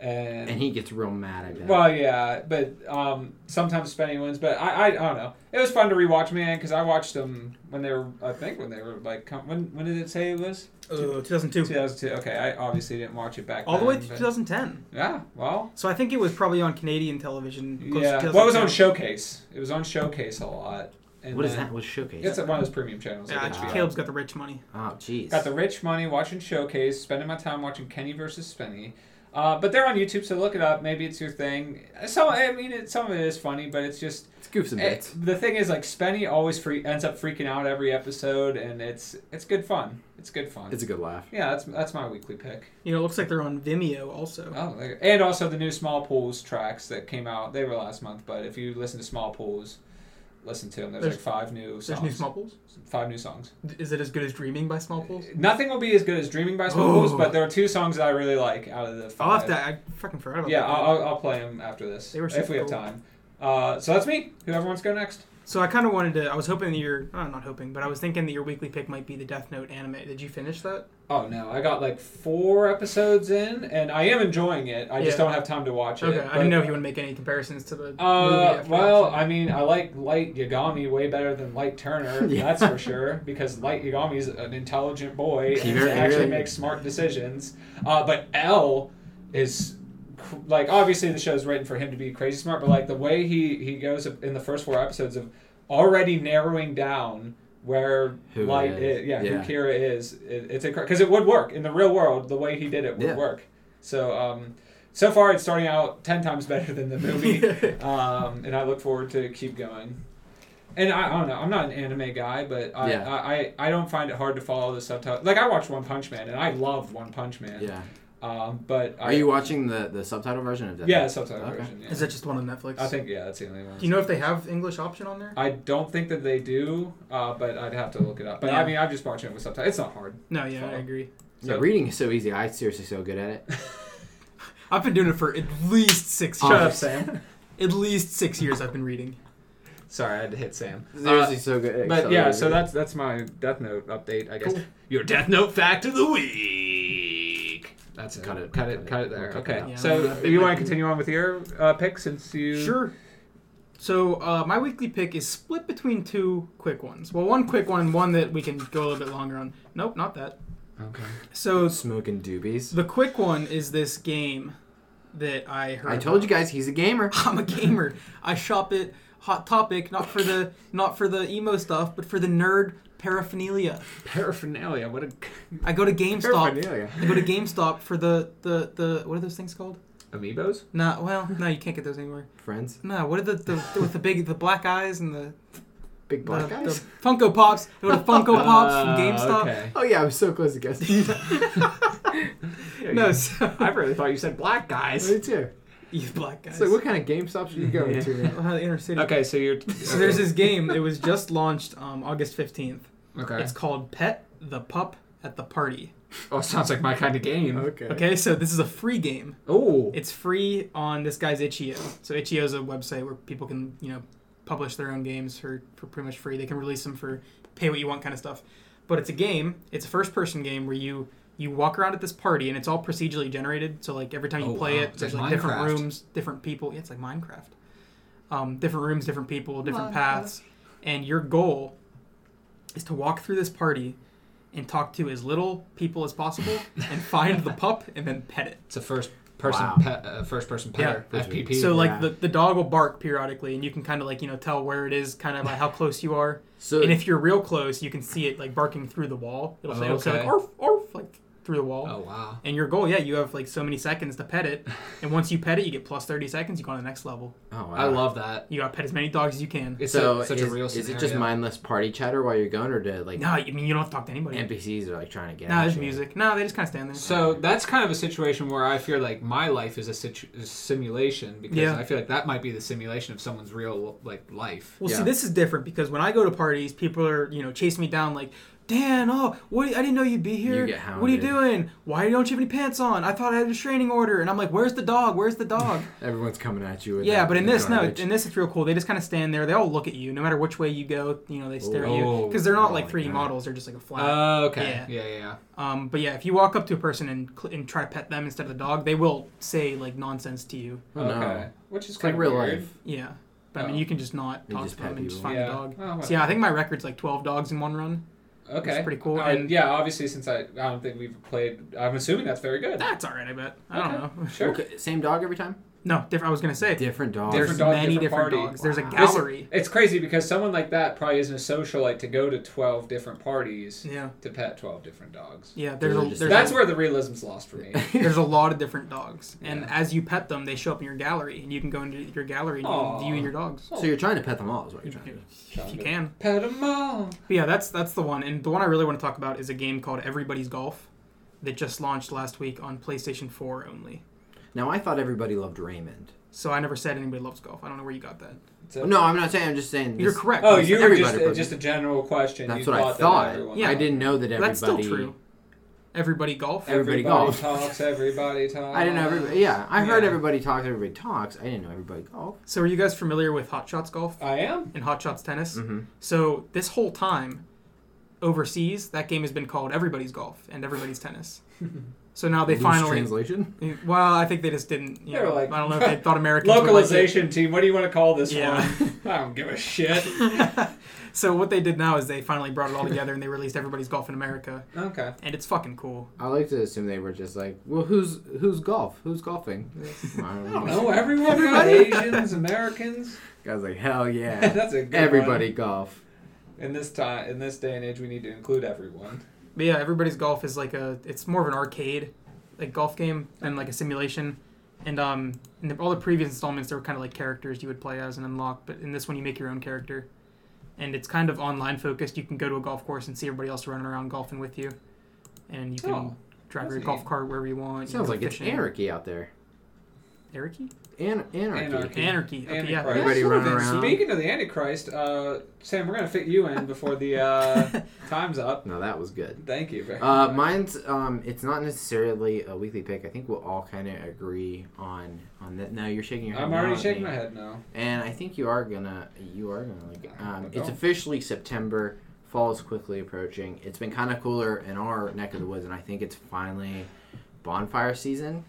Speaker 2: And,
Speaker 1: and he gets real mad at that.
Speaker 2: well, yeah, but um, sometimes Spenny wins. But I, I, I don't know. It was fun to rewatch, man, because I watched them when they were, I think, when they were like, com- when when did it say it was?
Speaker 3: Uh, 2002.
Speaker 2: 2002. Okay, I obviously didn't watch it back
Speaker 3: All the
Speaker 2: then,
Speaker 3: way to
Speaker 2: but-
Speaker 3: 2010.
Speaker 2: Yeah, well,
Speaker 3: So I think it was probably on Canadian television. close to
Speaker 2: yeah. What was on
Speaker 3: 2010.
Speaker 2: Showcase? It was on Showcase a lot. And
Speaker 1: What is
Speaker 2: then-
Speaker 1: that? What's showcase?
Speaker 2: It's one of those premium channels.
Speaker 3: Yeah,
Speaker 2: like HBO.
Speaker 3: Caleb's got the rich money.
Speaker 1: oh, jeez.
Speaker 2: Got the rich money watching Showcase, spending my time watching Kenny versus Spenny. Uh, but they're on YouTube, so look it up. Maybe it's your thing. Some, I mean, it, some of it is funny, but it's just
Speaker 1: It's goofs and
Speaker 2: it,
Speaker 1: bits.
Speaker 2: the thing is like Spenny always free, ends up freaking out every episode, and it's it's good fun. It's good fun.
Speaker 1: It's a good laugh.
Speaker 2: yeah, that's that's my weekly pick.
Speaker 3: You know, it looks like they're on Vimeo also.
Speaker 2: Oh, there- and also the new Small Pools tracks that came out. They were last month, but if you listen to Small Pools, listen to them. There's,
Speaker 3: There's-
Speaker 2: like five new songs.
Speaker 3: There's new Small Pools.
Speaker 2: five new songs.
Speaker 3: Is it as good as Dreaming by Small Pools?
Speaker 2: Nothing will be as good as Dreaming by Small
Speaker 3: Oh.
Speaker 2: Pools, but there are two songs that I really like out of the five.
Speaker 3: I'll have to. I fucking forgot about
Speaker 2: Yeah,
Speaker 3: that.
Speaker 2: I'll, I'll- I'll play them after this
Speaker 3: They were
Speaker 2: if we have
Speaker 3: super cool.
Speaker 2: time. Uh, so that's me. Whoever wants to go next.
Speaker 3: So I kind of wanted to. I was hoping that your. Oh, not hoping, but I was thinking that your weekly pick might be the Death Note anime. Did you finish that?
Speaker 2: Oh no, I got like four episodes in, and I am enjoying it. I just
Speaker 3: Yeah.
Speaker 2: don't have time to watch it.
Speaker 3: Okay, I
Speaker 2: but-
Speaker 3: didn't know if you would make any comparisons to the. movie
Speaker 2: Uh,
Speaker 3: after
Speaker 2: well,
Speaker 3: that,
Speaker 2: I mean, I like Light Yagami way better than Light Turner.
Speaker 1: Yeah.
Speaker 2: That's for sure. Because Light Yagami is an intelligent boy
Speaker 1: He
Speaker 2: and
Speaker 1: very-
Speaker 2: actually
Speaker 1: very-
Speaker 2: makes smart decisions. Uh, but L is cr- like obviously the show's written for him to be crazy smart, but like the way he he goes in the first four episodes of already narrowing down where
Speaker 1: Who
Speaker 2: Light
Speaker 1: it is.
Speaker 2: is, yeah,
Speaker 1: Yeah.
Speaker 2: who Kira is. It, it's because it would work in the real world. The way he did it would
Speaker 1: Yeah.
Speaker 2: work. So. um so far, it's starting out ten times better than the movie, um, and I look forward to keep going. And I, I don't know, I'm not an anime guy, but I,
Speaker 1: Yeah.
Speaker 2: I, I, I don't find it hard to follow the subtitles. Like I watched One Punch Man, and I love One Punch Man.
Speaker 1: Yeah.
Speaker 2: Um, but
Speaker 1: Are
Speaker 2: I,
Speaker 1: you watching the, the subtitle version of that?
Speaker 2: Yeah, subtitle
Speaker 1: Okay.
Speaker 2: version. Yeah.
Speaker 3: Is that just one on Netflix?
Speaker 2: I think yeah, that's the only one.
Speaker 3: Do you know if they have English option on there?
Speaker 2: I don't think that they do, uh, but I'd have to look it up. But I
Speaker 3: Yeah.
Speaker 2: mean, I'm just watching it with subtitles. It's not hard.
Speaker 3: No, yeah, I
Speaker 2: Follow.
Speaker 3: agree.
Speaker 1: Yeah,
Speaker 2: So- Uh,
Speaker 1: reading is so easy. I seriously so good at it.
Speaker 3: I've been doing it for at least six.
Speaker 1: Shut
Speaker 3: years.
Speaker 1: up,
Speaker 2: Sam.
Speaker 3: At least six years I've been reading.
Speaker 2: Sorry, I had to hit Sam. Uh,
Speaker 1: Seriously so good. at
Speaker 2: But
Speaker 1: Excel
Speaker 2: yeah,
Speaker 1: reading.
Speaker 2: so that's that's my Death Note update, I guess.
Speaker 3: Cool.
Speaker 2: Your Death Note fact of the week. That's it.
Speaker 1: Cut it,
Speaker 2: Cut
Speaker 1: cut
Speaker 2: it.
Speaker 1: it.
Speaker 2: Cut it there.
Speaker 1: We'll cut
Speaker 2: okay.
Speaker 1: that
Speaker 3: out.
Speaker 2: So
Speaker 3: Yeah.
Speaker 2: you want to continue on with your uh, pick since you
Speaker 3: Sure. So uh, my weekly pick is split between two quick ones. Well, one quick one and one that we can go a little bit longer on. Nope, not that.
Speaker 2: Okay.
Speaker 3: So
Speaker 1: smoking doobies.
Speaker 3: the quick one is this game that I heard.
Speaker 1: I told you guys he's a gamer.
Speaker 3: I'm a gamer. I shop at Hot Topic, not for the not for the emo stuff, but for the nerd paraphernalia.
Speaker 2: Paraphernalia. What a.
Speaker 3: I go to GameStop.
Speaker 1: Paraphernalia.
Speaker 3: I go to GameStop for the the the what are those things called?
Speaker 2: Amiibos.
Speaker 3: Nah, well, no, you can't get those anywhere.
Speaker 1: Friends,
Speaker 3: No, what are the, the with the big the black eyes and the
Speaker 1: big black
Speaker 3: the,
Speaker 1: eyes.
Speaker 3: the Funko Pops? Go to Funko Pops from GameStop.
Speaker 2: Ah, Uh, Okay.
Speaker 1: Oh yeah, I was so close to guessing.
Speaker 3: No, so
Speaker 2: I really thought you said black guys.
Speaker 1: Me too.
Speaker 3: you black guys.
Speaker 1: So what kind of GameStop should you go
Speaker 2: Yeah.
Speaker 1: to? man?
Speaker 3: Uh, inner city.
Speaker 2: Okay, so you're.
Speaker 3: So there's this game. It was just launched um, August 15th.
Speaker 2: Okay.
Speaker 3: It's called Pet the Pup at the Party.
Speaker 2: Oh, sounds like my kind of game.
Speaker 1: Okay.
Speaker 3: Okay, so this is a free game.
Speaker 2: Oh.
Speaker 3: It's free on this guy's itch.io. So itch.io is a website where people can, you know, publish their own games for, for pretty much free. They can release them for pay what you want kind of stuff. But it's a game. It's a first person game where you you walk around at this party and it's all procedurally generated. So like every time you
Speaker 2: Oh,
Speaker 3: play
Speaker 2: wow.
Speaker 3: it,
Speaker 2: It's
Speaker 3: there's
Speaker 2: like
Speaker 3: like, different
Speaker 2: Minecraft.
Speaker 3: rooms, different people. Yeah, it's like Minecraft. Um, different rooms, different people, different paths. And your goal is to walk through this party and talk to as little people as possible and find the pup and then pet it.
Speaker 2: It's a first person
Speaker 1: Wow.
Speaker 2: pet, uh, first person petter.
Speaker 1: Yeah.
Speaker 2: FPP.
Speaker 3: So
Speaker 1: Yeah.
Speaker 3: like the, the dog will bark periodically, and you can kind of like you know tell where it is, kind of by how close you are.
Speaker 1: So
Speaker 3: and if you're real close, you can see it like barking through the wall. It'll say,
Speaker 2: Oh,
Speaker 3: it'll say like
Speaker 2: okay.
Speaker 3: orf orf like through the wall.
Speaker 2: oh wow.
Speaker 3: And your goal, yeah, you have like so many seconds to pet it, and once you pet it, you get plus thirty seconds. You go on to the next level.
Speaker 1: oh, wow.
Speaker 2: I love that.
Speaker 3: You gotta pet as many dogs as you can.
Speaker 2: It's
Speaker 1: So
Speaker 2: a, such
Speaker 1: is,
Speaker 2: a real.
Speaker 1: is it just
Speaker 2: scenario.
Speaker 1: mindless party chatter while you're going, or do like
Speaker 3: No, I mean you don't have to talk to anybody.
Speaker 1: NPCs are like trying to get?
Speaker 3: No,
Speaker 1: at
Speaker 3: there's
Speaker 1: you?
Speaker 3: music. No, they just kind of stand there.
Speaker 2: So that's kind of a situation where I feel like my life is a, situ- a simulation because
Speaker 3: Yeah.
Speaker 2: I feel like that might be the simulation of someone's real like life.
Speaker 3: Well,
Speaker 1: Yeah.
Speaker 3: see, this is different because when I go to parties, people are you know chasing me down like, Dan, oh, what? I didn't know you'd be here.
Speaker 1: get
Speaker 3: what are
Speaker 1: hounded."
Speaker 3: you doing? Why don't you have any pants on? I thought I had a restraining order, and I'm like, where's the dog? Where's the dog?
Speaker 1: Everyone's coming at you. With
Speaker 3: yeah,
Speaker 1: that-
Speaker 3: but in
Speaker 1: with
Speaker 3: this, no,
Speaker 1: garbage.
Speaker 3: in this it's real cool. They just kind of stand there. They all look at you, no matter which way you go. You know, they stare at you
Speaker 2: Oh,
Speaker 3: because they're not
Speaker 1: oh
Speaker 3: like
Speaker 1: my
Speaker 3: 3D
Speaker 1: God. Uh,
Speaker 3: models. They're just like a flat.
Speaker 2: Oh, okay.
Speaker 3: Yeah.
Speaker 2: Yeah, yeah. yeah.
Speaker 3: um, but yeah, if you walk up to a person and cl- and try to pet them instead of the dog, they will say like nonsense to you.
Speaker 1: Oh, no.
Speaker 2: Okay. Which is
Speaker 1: It's
Speaker 2: kind
Speaker 1: like
Speaker 2: of
Speaker 1: real
Speaker 2: weird.
Speaker 1: life.
Speaker 3: Yeah, but I
Speaker 2: Oh.
Speaker 3: mean, you can just not
Speaker 1: You
Speaker 3: talk
Speaker 1: just
Speaker 3: to
Speaker 1: pet
Speaker 3: them and just
Speaker 1: people.
Speaker 3: find
Speaker 2: yeah.
Speaker 3: the dog.
Speaker 2: Oh,
Speaker 3: So yeah, I think my record's like 12 dogs in one run.
Speaker 2: okay.
Speaker 3: it's pretty cool,
Speaker 2: Uh,
Speaker 3: and-
Speaker 2: yeah, obviously, since I, I don't think we've played, I'm assuming that's very good.
Speaker 3: That's all right, Ah, I bet. I don't know.
Speaker 2: Sure.
Speaker 1: Okay, same dog every time.
Speaker 3: No, different. I was gonna say
Speaker 1: Different dogs.
Speaker 3: there's
Speaker 2: Different dog,
Speaker 3: many
Speaker 2: different
Speaker 3: different,
Speaker 2: party.
Speaker 3: dogs. There's a
Speaker 1: Wow.
Speaker 2: This-
Speaker 3: gallery.
Speaker 2: It's crazy because someone like that probably isn't a socialite to go to 12 different parties
Speaker 3: yeah,
Speaker 2: to pet 12 different dogs.
Speaker 3: yeah. There's
Speaker 1: They're
Speaker 3: a
Speaker 1: just-
Speaker 3: there's,
Speaker 2: That's
Speaker 3: a,
Speaker 2: where the realism's lost for me.
Speaker 3: there's a lot of different dogs, and
Speaker 2: Yeah.
Speaker 3: as you pet them, they show up in your gallery, and you can go into your gallery and you
Speaker 2: Aw.
Speaker 3: can view your dogs.
Speaker 1: so you're trying to pet them all, is what you're trying to do.
Speaker 3: If you can.
Speaker 2: Pet 'em all.
Speaker 3: But yeah, that's that's the one. And the one I really want to talk about is a game called Everybody's Golf that just launched last week on PlayStation 4 only.
Speaker 1: Now I thought everybody loved Raymond.
Speaker 3: So I never said anybody loves golf. I don't know where you got that.
Speaker 2: So-
Speaker 1: no, I'm not saying. I'm just saying.
Speaker 3: You're
Speaker 1: this-
Speaker 3: correct.
Speaker 2: Oh,
Speaker 1: That's
Speaker 2: you were just
Speaker 1: everybody, but-
Speaker 2: just a general question.
Speaker 1: That's
Speaker 2: you
Speaker 1: what I
Speaker 2: that
Speaker 1: thought.
Speaker 2: everyone-
Speaker 1: I didn't know that everybody.
Speaker 3: That's still true. Everybody golf.
Speaker 1: Every- Everybody golf.
Speaker 2: talks. Everybody talks.
Speaker 1: I didn't know everybody. Yeah, I heard
Speaker 2: Yeah.
Speaker 1: everybody talks. Everybody talks. I didn't know everybody golf.
Speaker 3: so are you guys familiar with Hot Shots golf
Speaker 2: I am.
Speaker 3: and Hot Shots tennis?
Speaker 1: Mm-hmm.
Speaker 3: So this whole time overseas, that game has been called Everybody's Golf and Everybody's Tennis. so now they
Speaker 1: Loose
Speaker 3: finally
Speaker 1: translation.
Speaker 3: well, I think they just didn't. You
Speaker 2: They were
Speaker 3: know,
Speaker 2: like,
Speaker 3: I don't know if they thought Americans would like it.
Speaker 2: Localization team. What do you want to call this
Speaker 3: Yeah.
Speaker 2: one? I don't give a shit.
Speaker 3: So what they did now is they finally brought it all together and they released everybody's golf in America,
Speaker 2: Okay.
Speaker 3: and it's fucking cool.
Speaker 1: I like to assume they were just like, well, who's who's golf? Who's golfing? I
Speaker 2: I
Speaker 1: don't
Speaker 2: don't
Speaker 1: know.
Speaker 2: know. Everyone got Asians, Americans.
Speaker 1: Guys like hell yeah.
Speaker 2: That's a good
Speaker 1: everybody golf.
Speaker 2: One. In this time, in this day and age, we need to include everyone.
Speaker 3: But yeah, everybody's golf is like a it's more of an arcade like golf game than like a simulation. And um, in the, all the previous installments, there were kind of like characters you would play as and unlock, but in this one, you make your own character, and it's kind of online focused. You can go to a golf course and see everybody else running around golfing with you, and you can
Speaker 2: Oh,
Speaker 3: drive
Speaker 2: that's
Speaker 3: your
Speaker 2: neat.
Speaker 3: golf cart wherever you want. you
Speaker 1: Sounds
Speaker 3: go
Speaker 1: like it's
Speaker 3: fishing.
Speaker 1: anarchy out there.
Speaker 3: Anarchy.
Speaker 1: An- anarchy.
Speaker 2: Anarchy.
Speaker 3: Anarchy. Okay, yeah.
Speaker 2: Antichrist.
Speaker 1: Everybody
Speaker 3: Yeah, sort of
Speaker 1: running
Speaker 3: is.
Speaker 1: around.
Speaker 2: Speaking of the Antichrist, uh, Sam, we're gonna fit you in before the uh, time's up.
Speaker 1: No, that was good.
Speaker 2: Thank you. Very
Speaker 1: Uh, mine's um, it's not necessarily a weekly pick. I think we'll all kind of agree on on that. Now you're shaking your head.
Speaker 2: I'm
Speaker 1: no
Speaker 2: already
Speaker 1: at
Speaker 2: shaking
Speaker 1: me.
Speaker 2: my head now.
Speaker 1: And I think you are gonna you are gonna like it. Um,
Speaker 2: Don't.
Speaker 1: it's officially September. Fall is quickly approaching. It's been kind of cooler in our neck of the woods, and I think it's finally bonfire season.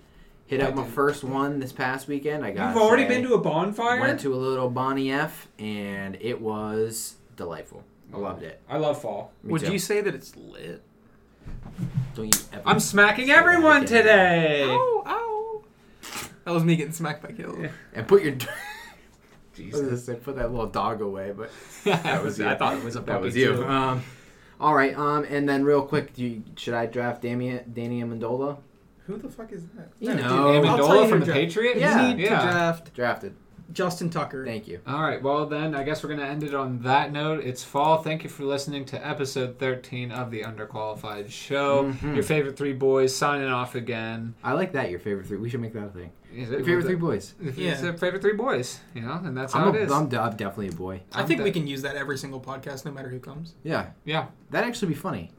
Speaker 1: Hit
Speaker 2: I
Speaker 1: up my
Speaker 2: didn't-
Speaker 1: first one this past weekend. I got.
Speaker 2: You've already been to a bonfire.
Speaker 1: Went to a little Bonnie F, and it was delightful.
Speaker 2: Oh.
Speaker 1: I loved it.
Speaker 2: I love fall.
Speaker 1: Me
Speaker 3: Would
Speaker 1: too.
Speaker 3: you say that it's lit?
Speaker 1: Don't you ever?
Speaker 4: I'm smacking everyone today.
Speaker 3: Ow, ow. That was me getting smacked by Caleb.
Speaker 1: and put your. I was gonna say, put that little dog away, but
Speaker 4: that was I thought it was a puppy too.
Speaker 1: Um, all right, um, and then real quick, do you, should I draft Damian, Danny Amendola?
Speaker 3: Who the fuck is that?
Speaker 1: Um, You know,
Speaker 3: I'll tell you
Speaker 4: Amendola from the
Speaker 3: who dra-
Speaker 4: Patriots.
Speaker 1: Yeah.
Speaker 3: You need to draft
Speaker 1: drafted.
Speaker 3: Justin Tucker.
Speaker 1: Thank you.
Speaker 4: All right, well then, I guess we're gonna end it on that note. It's fall. Thank you for listening to episode 13 of the Underqualified Show.
Speaker 1: Mhm.
Speaker 4: Your favorite three boys signing off again.
Speaker 1: I like that. Your favorite three. We should make that a thing.
Speaker 4: Is it-
Speaker 1: Your favorite three boys.
Speaker 4: It's
Speaker 3: Yeah.
Speaker 4: their favorite three boys, you know, and that's how
Speaker 1: I'm, a,
Speaker 4: it is.
Speaker 1: I'm, de- I'm definitely a boy.
Speaker 3: I think
Speaker 4: I'm
Speaker 3: we
Speaker 4: de-
Speaker 3: can use that every single podcast, no matter who comes.
Speaker 1: Yeah,
Speaker 4: Yeah,
Speaker 1: that'd actually be funny.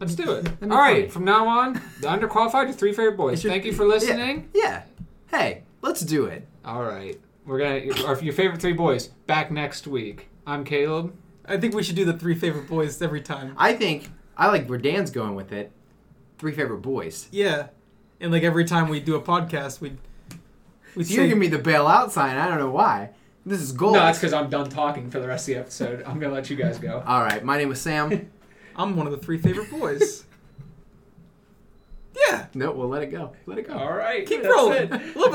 Speaker 4: let's do it.
Speaker 1: be
Speaker 4: All right,
Speaker 1: funny.
Speaker 4: from now on, the underqualified, your three favorite boys.
Speaker 1: It should
Speaker 4: Thank you
Speaker 1: be-
Speaker 4: for listening.
Speaker 1: Yeah. Hey, let's do it.
Speaker 4: All right, we're gonna our, your favorite three boys back next week. I'm Caleb.
Speaker 3: I think we should do the three favorite boys every time.
Speaker 1: I think I like where Dan's going with it. Three favorite boys.
Speaker 3: Yeah, and like every time we do a podcast, we we
Speaker 1: So you're
Speaker 3: say
Speaker 1: giving me the bailout sign. I don't know why. This is gold.
Speaker 2: No, that's because I'm done talking for the rest of the episode. I'm gonna let you guys go.
Speaker 1: all right. My name was Sam.
Speaker 3: I'm one of the three favorite boys. yeah,
Speaker 1: no, we'll let it go. Let it go.
Speaker 2: All right.
Speaker 3: keep
Speaker 2: that's
Speaker 3: rolling.
Speaker 2: it.
Speaker 3: Love